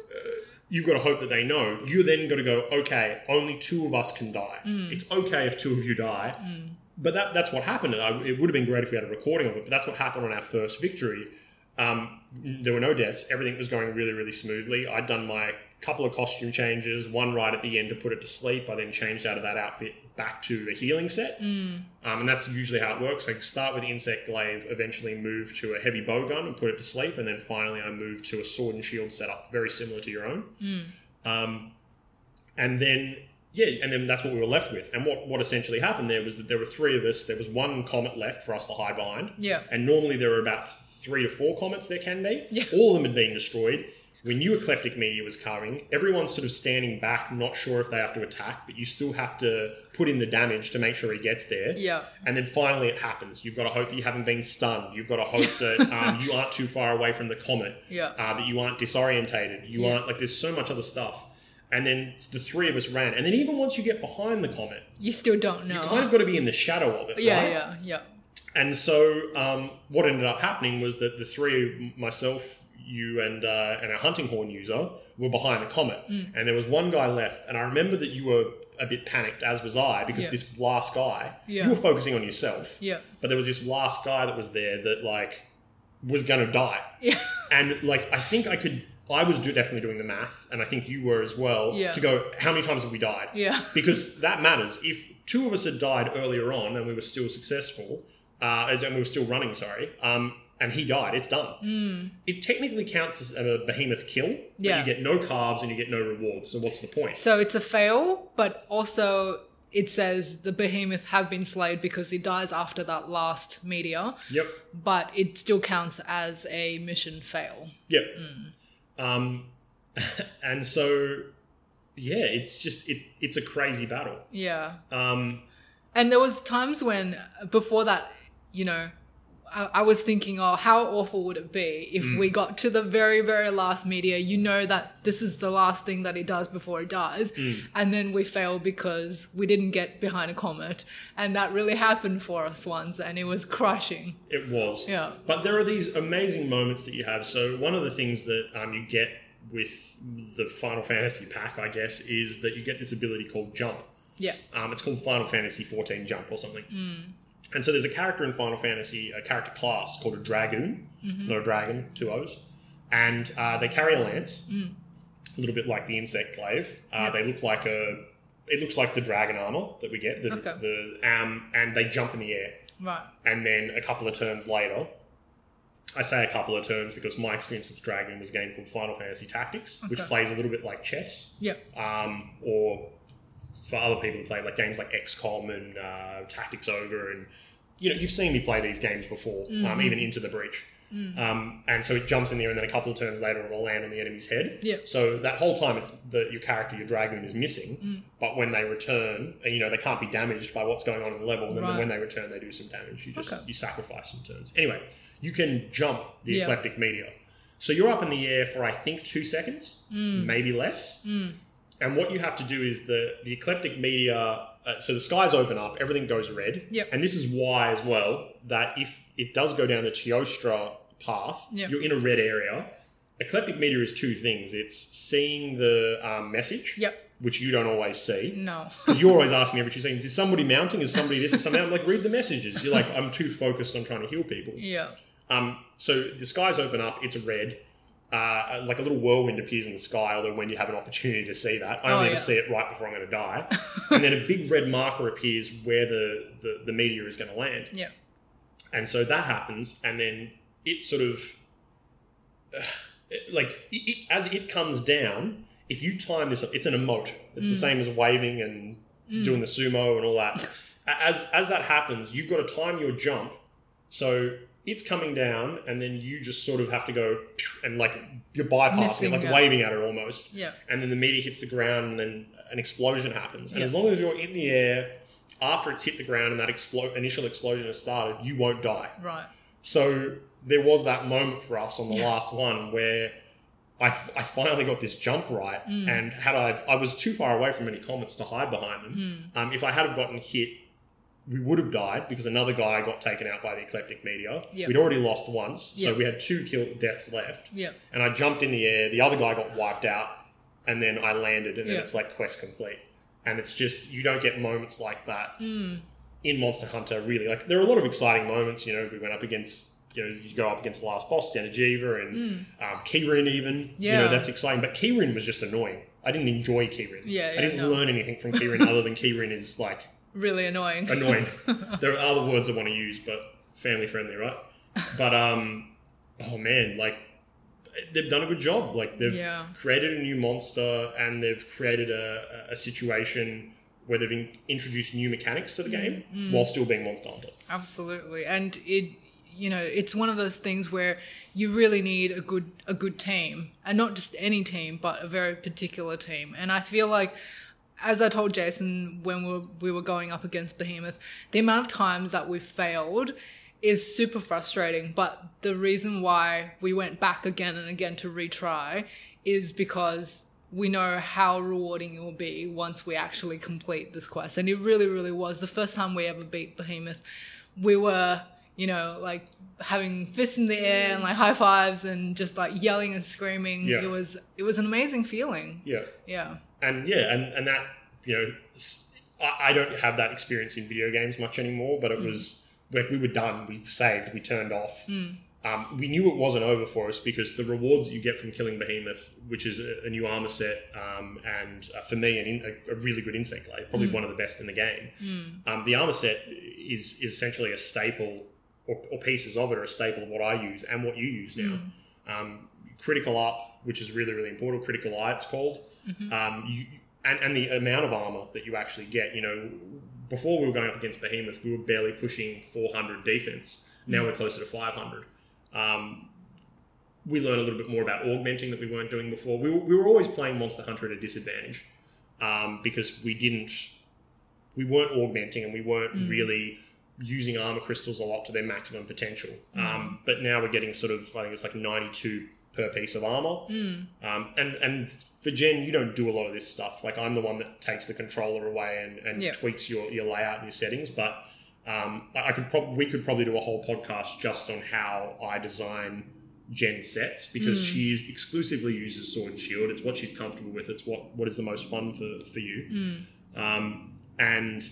S1: you've got to hope that they know. You then got to go. Okay, only two of us can die.
S3: Mm.
S1: It's okay if two of you die.
S3: Mm.
S1: But that, that's what happened. And I, it would have been great if we had a recording of it, but that's what happened on our first victory. Um, there were no deaths. Everything was going really, really smoothly. I'd done my couple of costume changes, one right at the end to put it to sleep. I then changed out of that outfit back to a healing set.
S3: Mm.
S1: Um, and that's usually how it works. I start with insect glaive, eventually move to a heavy bow gun and put it to sleep. And then finally, I move to a sword and shield setup, very similar to your own.
S3: Mm.
S1: Um, and then, yeah, and then that's what we were left with. And what, what essentially happened there was that there were three of us. There was one comet left for us to hide behind.
S3: Yeah.
S1: And normally there are about three to four comets there can be.
S3: Yeah.
S1: All of them had been destroyed. When new eclectic media was coming, everyone's sort of standing back, not sure if they have to attack, but you still have to put in the damage to make sure he gets there.
S3: Yeah.
S1: And then finally it happens. You've got to hope that you haven't been stunned. You've got to hope that um, you aren't too far away from the comet,
S3: Yeah.
S1: uh, that you aren't disorientated. You
S3: Yeah.
S1: aren't like there's so much other stuff. And then the three of us ran. And then even once you get behind the comet,
S3: You still don't
S1: you
S3: know.
S1: kind of got to be in the shadow of it.
S3: Oh. yeah,
S1: right?
S3: yeah, yeah.
S1: And so, um, what ended up happening was that the three, myself, you, and uh, and a hunting horn user, were behind the comet,
S3: Mm.
S1: and there was one guy left. And I remember that you were a bit panicked, as was I, because
S3: Yeah.
S1: this last guy,
S3: Yeah.
S1: you were focusing on yourself,
S3: Yeah.
S1: but there was this last guy that was there that like was going to die,
S3: Yeah.
S1: and like I think I could. I was do- definitely doing the math, and I think you were as well.
S3: Yeah.
S1: To go, how many times have we died?
S3: Yeah.
S1: because that matters. If two of us had died earlier on and we were still successful, uh, as- and we were still running, sorry, um, and he died, it's done.
S3: Mm.
S1: It technically counts as a behemoth kill, but
S3: Yeah.
S1: you get no carbs and you get no rewards. So what's the point?
S3: So it's a fail, but also it says the behemoth have been slayed because he dies after that last meteor,
S1: Yep,
S3: but it still counts as a mission fail.
S1: yep.
S3: Mm.
S1: Um, and so, yeah, it's just it, it's a crazy battle.
S3: Yeah.
S1: Um,
S3: And there was times when before that, you know, I, I was thinking, oh, how awful would it be if
S1: Mm.
S3: we got to the very, very last media? You know that this is the last thing that it does before it dies,
S1: Mm.
S3: and then we fail because we didn't get behind a comet, and that really happened for us once, and it was crushing.
S1: It was.
S3: Yeah.
S1: But there are these amazing moments that you have. So one of the things that um, you get with the Final Fantasy pack, I guess, is that you get this ability called Jump.
S3: Yeah.
S1: Um, it's called Final Fantasy 14 Jump or something.
S3: Mm.
S1: And so there's a character in Final Fantasy, a character class called a Dragoon,
S3: Mhm.
S1: not a dragon, two O's. And uh, they carry a lance,
S3: Mm.
S1: a little bit like the insect glaive. Uh,
S3: Yeah.
S1: They look like a. It looks like the dragon armor that we get, the,
S3: Okay.
S1: the um, and they jump in the air
S3: Right.
S1: and then a couple of turns later, I say a couple of turns because my experience with Dragon was a game called Final Fantasy Tactics, which
S3: Okay.
S1: plays a little bit like chess.
S3: Yep.
S1: Um, or for other people who play like games like XCOM and uh, Tactics Ogre, and you know you've seen me play these games before, um,
S3: Mhm.
S1: even Into the Breach.
S3: Mm.
S1: Um, and so it jumps in there, and then a couple of turns later, it'll land on the enemy's head.
S3: Yeah.
S1: So that whole time, it's the, your character, your dragoon, is missing.
S3: Mm.
S1: But when they return, and, you know they can't be damaged by what's going on in the level. And then
S3: Right.
S1: when they return, they do some damage. You just
S3: Okay.
S1: you sacrifice some turns. Anyway, you can jump the
S3: Yeah.
S1: eclectic meteor. So you're up in the air for I think two seconds,
S3: Mm.
S1: maybe less.
S3: Mm.
S1: And what you have to do is the the eclectic media. Uh, so the skies open up, everything goes red.
S3: Yep.
S1: And this is why, as well, that if it does go down the Teostra path,
S3: Yep.
S1: you're in a red area. Eclectic media is two things. It's seeing the um, message,
S3: Yep.
S1: which you don't always see.
S3: No.
S1: Because you're always asking me every two seconds, is somebody mounting? Is somebody this? Is somebody? I'm like, read the messages. You're like, I'm too focused on trying to heal people.
S3: yeah.
S1: Um, so the skies open up. It's red. Uh, like a little whirlwind appears in the sky. Although when you have an opportunity to see that, I
S3: Oh,
S1: only
S3: yeah.
S1: ever see it right before I'm going to die. and then a big red marker appears where the the, the meteor is going to land.
S3: Yeah.
S1: And so that happens, and then it sort of uh, it- like it, it, as it comes down. If you time this, it's an emote. It's the
S3: Mm.
S1: same as waving and
S3: Mm.
S1: doing the sumo and all that. A- as as that happens, you've got to time your jump. So it's coming down, and then you just sort of have to go pew, and like you're bypassing,
S3: Missing
S1: like
S3: it.
S1: waving at it almost.
S3: yeah.
S1: And then the meteor hits the ground, and then an explosion happens. And
S3: Yeah.
S1: as long as you're in the air after it's hit the ground and that explo- initial explosion has started, you won't die.
S3: Right.
S1: So there was that moment for us on the
S3: Yeah.
S1: last one where I, f- I finally got this jump right,
S3: Mm.
S1: and had I I was too far away from any comments to hide behind them.
S3: Mm.
S1: Um, if I had have gotten hit, we would have died because another guy got taken out by the eclectic meteor.
S3: Yep.
S1: We'd already lost once,
S3: Yep.
S1: so we had two kill deaths left.
S3: Yeah.
S1: And I jumped in the air. The other guy got wiped out, and then I landed, and then
S3: Yep.
S1: it's like quest complete. And it's just you don't get moments like that
S3: Mm.
S1: in Monster Hunter. Really, like there are a lot of exciting moments. You know, we went up against. You know, you go up against the last boss, Sanajiva, and
S3: Mm.
S1: um, Keyrin even. You
S3: Yeah.
S1: know, that's exciting. But Keyrin was just annoying. I didn't enjoy Keyrin.
S3: Yeah, yeah,
S1: I didn't
S3: no.
S1: learn anything from Keyrin other than Keyrin is like
S3: Really annoying.
S1: annoying. there are other words I want to use, but family friendly, right? But um, oh man, like they've done a good job. Like they've
S3: yeah.
S1: created a new monster and they've created a, a situation where they've in- introduced new mechanics to the game
S3: Mm, mm.
S1: while still being Monster Hunter.
S3: Absolutely, and it you know, it's one of those things where you really need a good a good team, and not just any team, but a very particular team. And I feel like, as I told Jason when we were, we were going up against Behemoth, the amount of times that we've failed is super frustrating. But the reason why we went back again and again to retry is because we know how rewarding it will be once we actually complete this quest. And it really, really was. The first time we ever beat Behemoth, we were, you know, like having fists in the air and like high fives and just like yelling and screaming.
S1: Yeah.
S3: It was it was an amazing feeling.
S1: Yeah.
S3: Yeah.
S1: and yeah, and, and that you know, s- I, I don't have that experience in video games much anymore. But it
S3: Mm.
S1: was like we were done, we saved, we turned off.
S3: Mm.
S1: Um, we knew it wasn't over for us because the rewards that you get from killing Behemoth, which is a, a new armor set, um, and uh, for me, an in, a, a really good insect glaive, probably one of the best in the game.
S3: Mm.
S1: Um, the armor set is, is essentially a staple, or, or pieces of it are a staple of what I use and what you use
S3: Mm.
S1: now. Um, critical up, which is really, really important, critical eye, it's called
S3: Mm-hmm.
S1: um, you, and, and the amount of armor that you actually get. You know, before we were going up against Behemoth, we were barely pushing 400 defense. Now we're closer to 500. Um, we learn a little bit more about augmenting that we weren't doing before. We were, we were always playing Monster Hunter at a disadvantage um, because we didn't, we weren't augmenting and we weren't
S3: Mhm.
S1: really using armor crystals a lot to their maximum potential. Um, but now we're getting sort of, I think it's like 92 per piece of armor.
S3: Mm.
S1: Um, and and for Jen, you don't do a lot of this stuff. Like I'm the one that takes the controller away and, and
S3: Yeah.
S1: tweaks your, your layout and your settings. But um, I I could prob- we could probably do a whole podcast just on how I design Jen sets because
S3: Mm.
S1: she is exclusively uses sword and shield. It's what she's comfortable with. It's what what is the most fun for for you.
S3: Mm.
S1: Um, and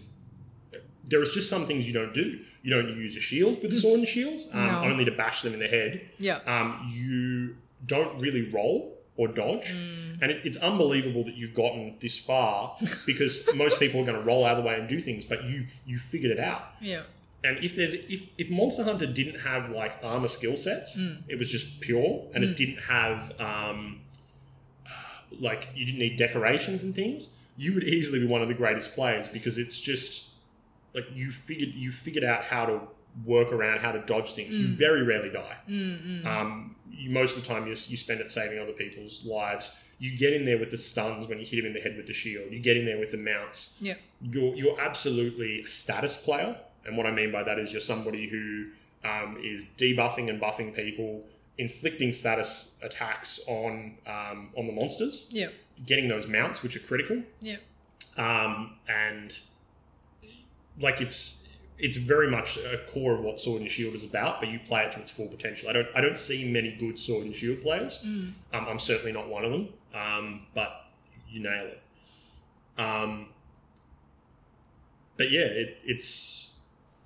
S1: there is just some things you don't do. You don't use a shield with a sword and shield, um,
S3: No.
S1: only to bash them in the head
S3: Yeah.
S1: um, you don't really roll or dodge.
S3: Mm.
S1: And it, it's unbelievable that you've gotten this far because most people are going to roll out of the way and do things, but you've you figured it out.
S3: Yeah.
S1: And if there's if, if Monster Hunter didn't have like armor skill sets,
S3: Mm.
S1: it was just pure, and
S3: Mm.
S1: it didn't have um, like you didn't need decorations and things. You would easily be one of the greatest players because it's just like you figured you figured out how to work around how to dodge things. You
S3: Mm.
S1: very rarely die.
S3: Mm. Mm.
S1: Um, you, most of the time, you, you spend it saving other people's lives. You get in there with the stuns when you hit him in the head with the shield. You get in there with the mounts.
S3: Yeah.
S1: You're, you're absolutely a status player. And what I mean by that is you're somebody who um, is debuffing and buffing people, inflicting status attacks on, um, on the monsters,
S3: yeah.
S1: getting those mounts, which are critical.
S3: Yeah.
S1: Um, and like it's it's very much a core of what Sword and Shield is about, but you play it to its full potential. I don't I don't see many good Sword and Shield players.
S3: Mm.
S1: Um, I'm certainly not one of them. Um, but you nail it. Um, but yeah, it, it's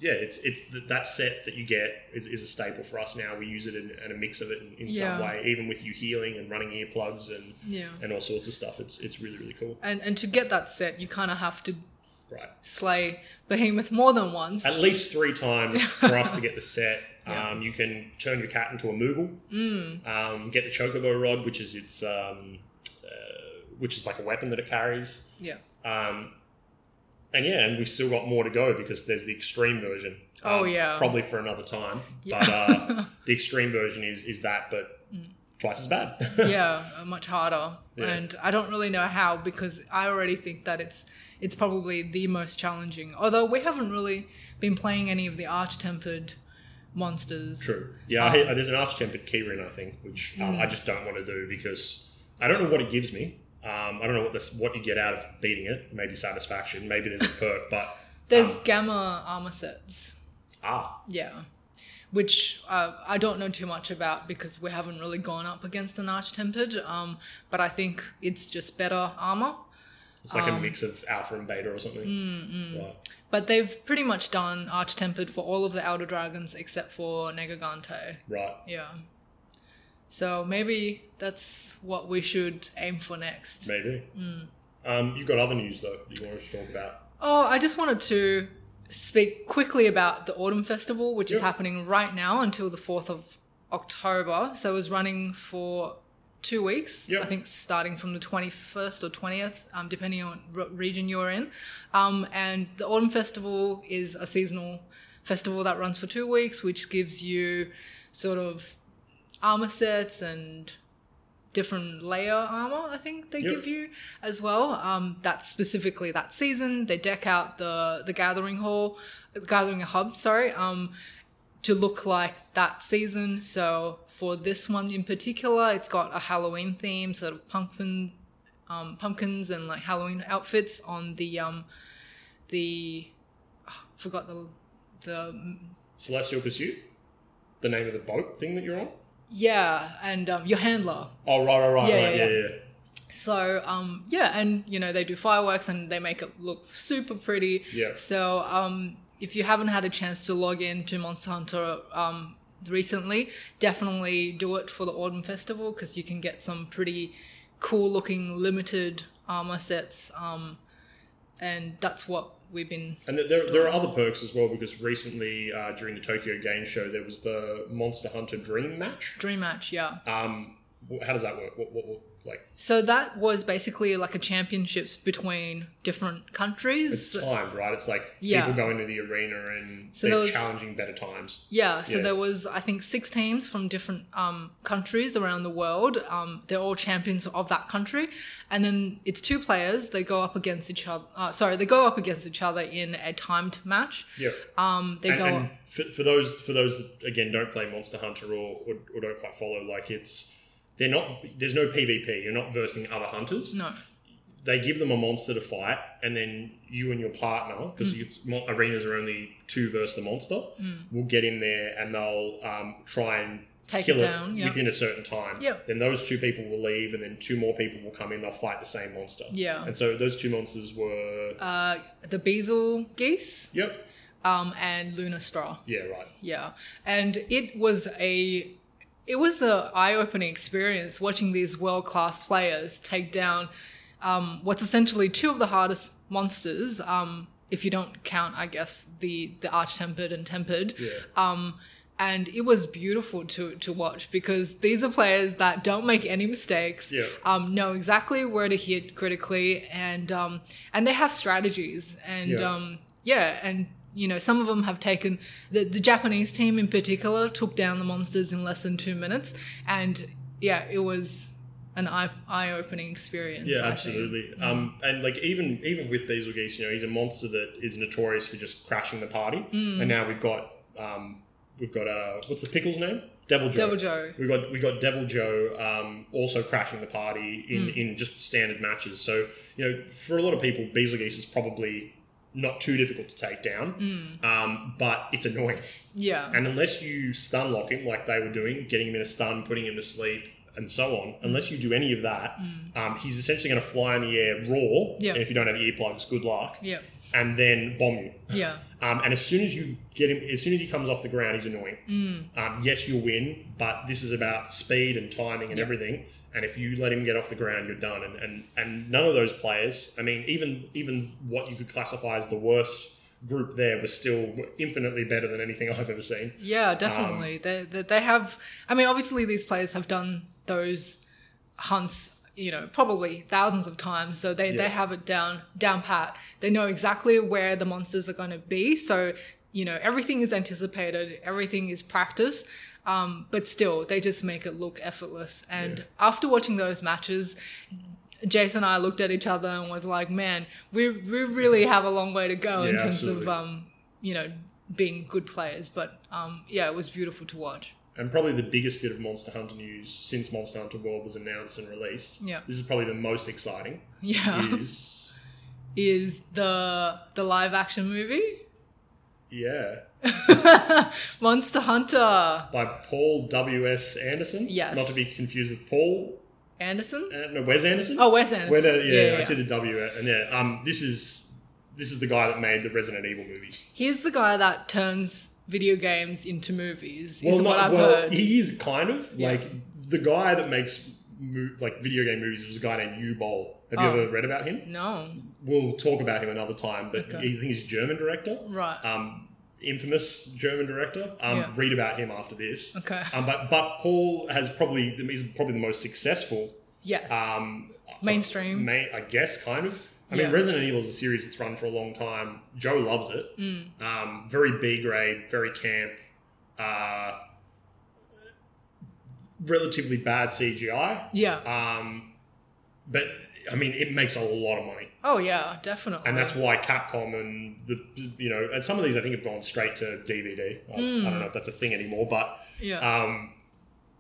S1: yeah, it's it's th- that set that you get is, is a staple for us now. We use it in, in a mix of it in, in some
S3: Yeah.
S1: way, even with you healing and running earplugs and
S3: Yeah.
S1: and all sorts of stuff. It's it's really really cool.
S3: And and to get that set, you kind of have to
S1: Right.
S3: slay Behemoth more than once.
S1: at least three times for us to get the set.
S3: Yeah.
S1: Um, you can turn your cat into a Moogle,
S3: Mm.
S1: um, get the Chocobo Rod, which is its, um, uh, which is like a weapon that it carries.
S3: Yeah.
S1: Um, and yeah, and we've still got more to go because there's the extreme version.
S3: Oh,
S1: um,
S3: yeah.
S1: probably for another time.
S3: Yeah.
S1: But uh, the extreme version is is that, but
S3: Mm.
S1: twice as bad.
S3: yeah, uh, much harder.
S1: Yeah.
S3: And I don't really know how because I already think that it's it's probably the most challenging. Although we haven't really been playing any of the arch tempered monsters.
S1: True. Yeah, I
S3: Um, Hmm.
S1: hate- there's an Archtemp at Keyrin, I think, which um, I just don't want to do because I don't know what it gives me. Um, I don't know what this, what you get out of beating it. Maybe satisfaction. Maybe there's a perk, but
S3: There's
S1: um,
S3: gamma armor sets.
S1: ah,
S3: Yeah. Which uh, I don't know too much about because we haven't really gone up against an arch tempered. Um, but I think it's just better armor.
S1: it's like a
S3: um, hmm,
S1: mix of alpha and beta or something. Right.
S3: But they've pretty much done arch tempered for all of the elder dragons except for Negagante.
S1: Right.
S3: Yeah. So maybe that's what we should aim for next.
S1: Maybe.
S3: Hmm.
S1: Um, you've got other news though that you wanted to talk about.
S3: Oh, I just wanted to speak quickly about the Autumn Festival, which is
S1: Yep.
S3: happening right now until the 4th of October. So it was running for two weeks,
S1: Yep.
S3: I think starting from the 21st or 20th, um, depending on what region you're in. Um, and the Autumn Festival is a seasonal festival that runs for two weeks, which gives you sort of armor sets and different layer armor i think they
S1: Yep.
S3: give you as well um, that's specifically that season they deck out the the gathering hall gathering hub sorry um, to look like that season so for this one in particular it's got a halloween theme sort of pumpkin um, pumpkins and like halloween outfits on the um the oh, forgot the the
S1: Celestial Pursuit, the name of the boat thing that you're on.
S3: yeah and um, your handler
S1: Oh right, right, right,
S3: Yeah,
S1: right,
S3: yeah,
S1: yeah, yeah.
S3: So um, yeah, and you know they do fireworks and they make it look super pretty.
S1: Yeah.
S3: So um, if you haven't had a chance to log in to Monster Hunter um, recently, definitely do it for the Autumn Festival because you can get some pretty cool looking limited armor sets, um, and that's what we've been.
S1: And th- there, there are other perks as well because recently uh, during the Tokyo Game Show there was the Monster Hunter Dream Match.
S3: Dream match, yeah.
S1: Um, wh- how does that work? What, what, what like
S3: So that was basically like a championships between different countries.
S1: it's timed, right? It's like
S3: Yeah.
S1: people go into the arena and
S3: So
S1: they're
S3: there was-
S1: challenging better times.
S3: Yeah, so
S1: Yeah.
S3: there was I think six teams from different um, countries around the world. Um, they're all champions of that country, and then it's two players. They go up against each other. Uh, sorry, they go up against each other in a timed match.
S1: Yeah.
S3: Um, they
S1: and,
S3: go.
S1: and for, for those for those that, again don't play Monster Hunter or, or, or don't quite follow, like it's they're not there's no PvP. You're not versing other hunters.
S3: no,
S1: They give them a monster to fight, and then you and your partner, because
S3: Mm.
S1: arenas are only two versus the monster, will get in there and they'll um, try and
S3: Take
S1: kill
S3: it down, yeah.
S1: within a certain time.
S3: Yeah.
S1: Then those two people will leave, and then two more people will come in. They'll fight the same monster.
S3: Yeah.
S1: And so those two monsters were.
S3: uh, the Bezel geese
S1: yep.
S3: um, and Luna Straw.
S1: Yeah. Right.
S3: Yeah, and it was a it was a eye opening experience watching these world class players take down um, what's essentially two of the hardest monsters. Um, if you don't count, I guess the the arch tempered and tempered.
S1: Yeah.
S3: Um, and it was beautiful to to watch because these are players that don't make any mistakes.
S1: Yeah.
S3: Um, know exactly where to hit critically, and um, and they have strategies, and
S1: Yeah.
S3: um, yeah, and you know some of them have taken the the Japanese team in particular took down the monsters in less than two minutes, and yeah, it was an eye eye opening experience. I
S1: Yeah,
S3: think.
S1: absolutely.
S3: Mm.
S1: Um, and like even even with Diesel Geese, you know, he's a monster that is notorious for just crashing the party.
S3: Mm.
S1: And now we've got um, we've got uh, what's the pickle's name? Devil Joe.
S3: Devil Joe.
S1: We got we got Devil Joe um, also crashing the party in,
S3: Mm.
S1: in just standard matches. So you know, for a lot of people, Bezel Geese is probably not too difficult to take down, um, but it's annoying.
S3: Mm. Yeah.
S1: And unless you stun lock him, like they were doing, getting him in a stun, putting him to sleep, and so on, unless you do any of that,
S3: Mm.
S1: um, he's essentially going to fly in the air raw.
S3: Yeah.
S1: And if you don't have earplugs, good luck.
S3: yeah.
S1: And then bomb you.
S3: Yeah.
S1: Um, and as soon as you get him, as soon as he comes off the ground, he's annoying.
S3: Mm.
S1: Um, yes, you'll win, but this is about speed and timing and
S3: Yeah.
S1: everything. And if you let him get off the ground, you're done. And, and and none of those players, I mean, even even what you could classify as the worst group there, was still infinitely better than anything I've ever seen.
S3: Yeah, definitely. they, they they have. I mean, obviously, these players have done those hunts, you know, probably thousands of times. So they,
S1: Yeah.
S3: they have it down down pat. They know exactly where the monsters are going to be. So you know, everything is anticipated. Everything is practiced. Um, but still, they just make it look effortless. And after watching those matches, Jason and I looked at each other and was like, "Man, we we really have a long way to go in
S1: Yeah,
S3: terms
S1: absolutely.
S3: of um, you know being good players." But um, yeah, it was beautiful to watch.
S1: and probably the biggest bit of Monster Hunter news since Monster Hunter World was announced and released.
S3: Yeah.
S1: This is probably the most exciting.
S3: Yeah,
S1: Is
S3: is the the live action movie
S1: yeah
S3: Monster Hunter
S1: by Paul W S Anderson.
S3: Yes.
S1: Not to be confused with Paul.
S3: Anderson?
S1: Uh, no, Wes Anderson.
S3: Oh, Wes Anderson.
S1: Where the- yeah, I see the W and yeah. Um, this is this is the guy that made the Resident Evil movies.
S3: He's the guy that turns video games into movies. is what I've
S1: well,
S3: heard.
S1: he is kind of
S3: Yeah.
S1: like the guy that makes mo- like video game movies was a guy named Ubol. Have you
S3: Oh.
S1: ever read about him?
S3: no,
S1: We'll talk about him another time, but
S3: Okay.
S1: he- I think he's a German director.
S3: right?
S1: um, infamous German director. Um,
S3: Yeah.
S1: Read about him after this.
S3: okay.
S1: Um, but but Paul has probably is probably the most successful
S3: yes.
S1: um,
S3: Mainstream.
S1: main, I guess, kind of I
S3: Yeah.
S1: mean, Resident Evil is a series that's run for a long time. Joe loves it.
S3: Mm.
S1: Um, very B grade, very camp, uh, relatively bad CGI.
S3: Yeah.
S1: Um, but I mean, it makes a lot of money,
S3: Oh yeah, definitely.
S1: and that's why Capcom and the you know, and some of these I think have gone straight to DVD. I,
S3: Mm.
S1: I don't know if that's a thing anymore, but
S3: yeah.
S1: um,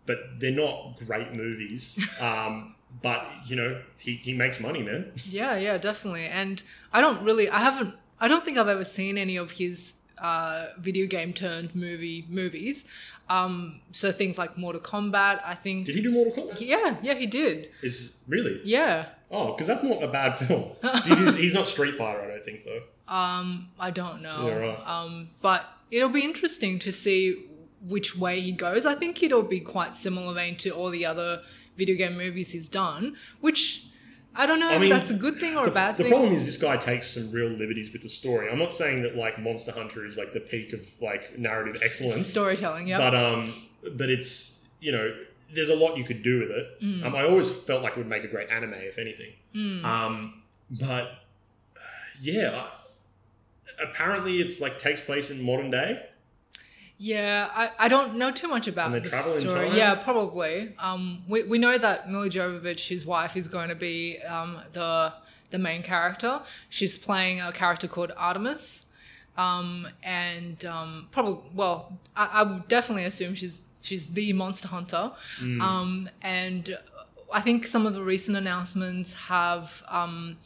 S1: but they're not great movies. Um, but you know, he, he makes money, man.
S3: yeah, yeah, definitely. And I don't really I haven't I don't think I've ever seen any of his uh, video game turned movie movies. Um, so things like Mortal Kombat, I think
S1: Did he do Mortal Kombat?
S3: Yeah, yeah, he did.
S1: Is really
S3: Yeah.
S1: oh, because that's not a bad film. Did you, he's not Street Fighter, I don't think though.
S3: Um, I don't know.
S1: Yeah, right.
S3: Um, but it'll be interesting to see which way he goes. I think it'll be quite similar vein to all the other video game movies he's done, which I don't know
S1: I
S3: if
S1: mean,
S3: that's a good thing or
S1: the,
S3: a bad
S1: the
S3: thing.
S1: problem is this guy takes some real liberties with the story. I'm not saying that like Monster Hunter is like the peak of like narrative excellence,
S3: Storytelling, yeah.
S1: but um, but it's you know there's a lot you could do with it.
S3: Mm.
S1: Um, I always felt like it would make a great anime, if anything.
S3: Mm.
S1: Um, but uh, yeah, I- apparently it's like takes place in modern day.
S3: Yeah, I, I don't know too much about
S1: And they
S3: the
S1: travel in
S3: story.
S1: time?
S3: Yeah, probably. Um, we, we know that Mila Jovovich, his wife, is going to be um, the the main character. She's playing a character called Artemis, um, and um, probably well, I, I would definitely assume she's she's the monster hunter.
S1: Mm.
S3: Um, and I think some of the recent announcements have um,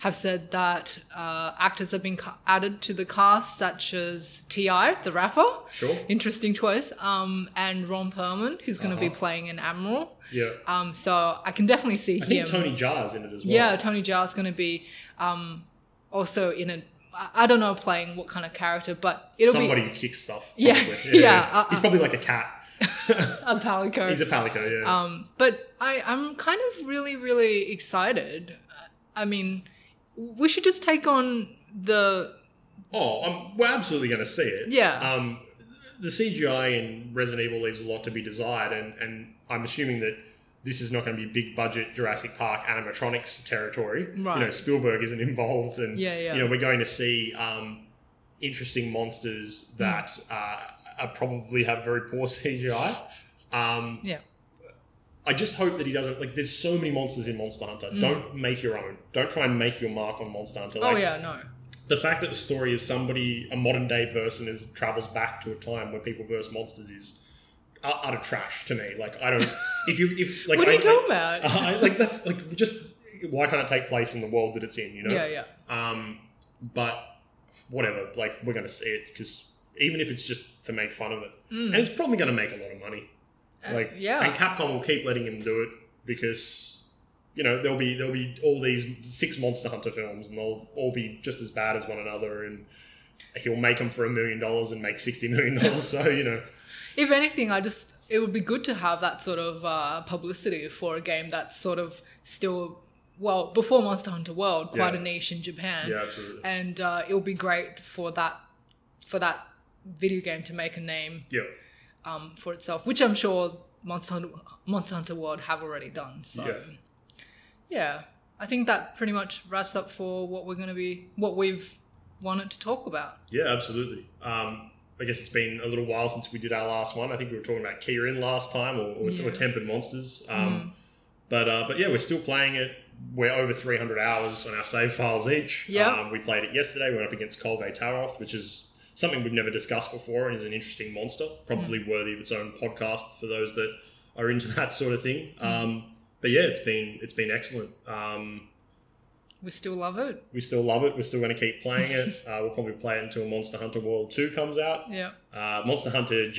S3: have said that uh, actors have been ca- added to the cast, such as Ti, the rapper.
S1: sure.
S3: Interesting choice. Um, and Ron Perlman, who's going to be
S1: Uh-huh.
S3: playing an admiral.
S1: Yeah.
S3: Um, so I can definitely see
S1: I
S3: him.
S1: think Tony Jar's in it as well.
S3: Yeah, Tony Jar's going to be um, also in a. I- I don't know playing what kind of character, but it'll
S1: Somebody
S3: be
S1: who kicks stuff.
S3: Yeah,
S1: probably.
S3: yeah, uh,
S1: He's
S3: uh.
S1: probably like a cat.
S3: a palico.
S1: He's a palico. Yeah.
S3: um, but I, I'm kind of really, really excited. I mean, we should just take on the
S1: Oh, I'm, we're absolutely going to see it.
S3: yeah,
S1: Um, the CGI in Resident Evil leaves a lot to be desired, and, and I'm assuming that this is not going to be big budget Jurassic Park animatronics territory. You know,
S3: Right.
S1: Spielberg isn't involved, and
S3: yeah, yeah,
S1: you know we're going to see um, interesting monsters
S3: Hmm.
S1: that uh, are probably have very poor CGI. Um,
S3: Yeah.
S1: I just hope that he doesn't like. There's so many monsters in Monster Hunter.
S3: Mm.
S1: Don't make your own. Don't try and make your mark on Monster Hunter.
S3: oh
S1: Like,
S3: yeah, no,
S1: the fact that the story is somebody, a modern day person, is travels back to a time where people versus monsters is u- utter trash to me. Like I don't. if you if like
S3: what are
S1: I,
S3: you talking
S1: I- uh,
S3: about?
S1: I- like that's like just why can't it take place in the world that it's in? You know.
S3: Yeah, yeah,
S1: Um, but whatever. Like we're gonna see it because even if it's just to make fun of it,
S3: Mm.
S1: and it's probably gonna make a lot of money.
S3: Uh,
S1: Like
S3: yeah.
S1: and Capcom will keep letting him do it because you know there'll be there'll be all these six Monster Hunter films and they'll all be just as bad as one another and he'll make them for a million dollars and make sixty million dollars. so you know,
S3: if anything, I just it would be good to have that sort of uh, publicity for a game that's sort of still well before Monster Hunter World, quite
S1: Yeah.
S3: a niche in Japan,
S1: yeah, absolutely,
S3: and uh, it would be great for that for that video game to make a name
S1: yeah,
S3: um, for itself, which I'm sure Monster Hunter, Monster Hunter World have already done. So,
S1: Yeah.
S3: yeah. I think that pretty much wraps up for what we're going to be what we've wanted to talk about.
S1: yeah, absolutely. Um, I guess it's been a little while since we did our last one. I think we were talking about Kirin last time or, or,
S3: Yeah.
S1: or Tempered Monsters. Um, But uh, but yeah, we're still playing it. We're over 300 hours on our save files each.
S3: Yeah.
S1: Um, we played it yesterday. We went up against Colve Taroth, which is something we've never discussed before and is an interesting monster, probably worthy of its own podcast for those that are into that sort of thing. Um, but yeah, it's been it's been excellent. Um,
S3: We still love it.
S1: we still love it. We're still going to keep playing it. uh, we'll probably play it until Monster Hunter World 2 comes out.
S3: Yeah.
S1: Uh, Monster Hunter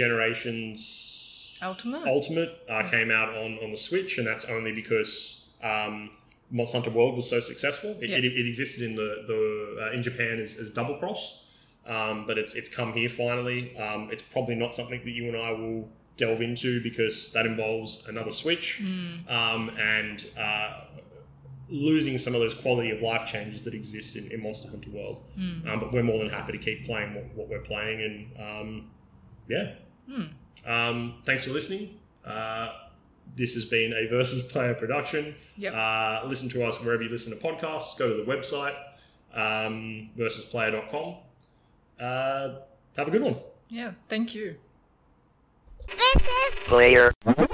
S1: Generations
S3: Ultimate.
S1: Ultimate uh, came out on, on the Switch, and that's only because um, Monster Hunter World was so successful. It,
S3: Yeah.
S1: it, it existed in the, the uh, in Japan as, as Double Cross, um, but it's it's come here finally. Um, it's probably not something that you and I will delve into because that involves another Switch
S3: Mm.
S1: um, and uh, losing some of those quality of life changes that exist in, in Monster Hunter World.
S3: Mm.
S1: Um, but we're more than happy to keep playing what, what we're playing, and um, yeah.
S3: Mm.
S1: Um, thanks for listening. Uh, This has been a Versus Player production.
S3: Yep.
S1: Uh, listen to us wherever you listen to podcasts. Go to the website, um, versusplayer.com. Uh, have a good one.
S3: Yeah. Thank you.
S2: Player.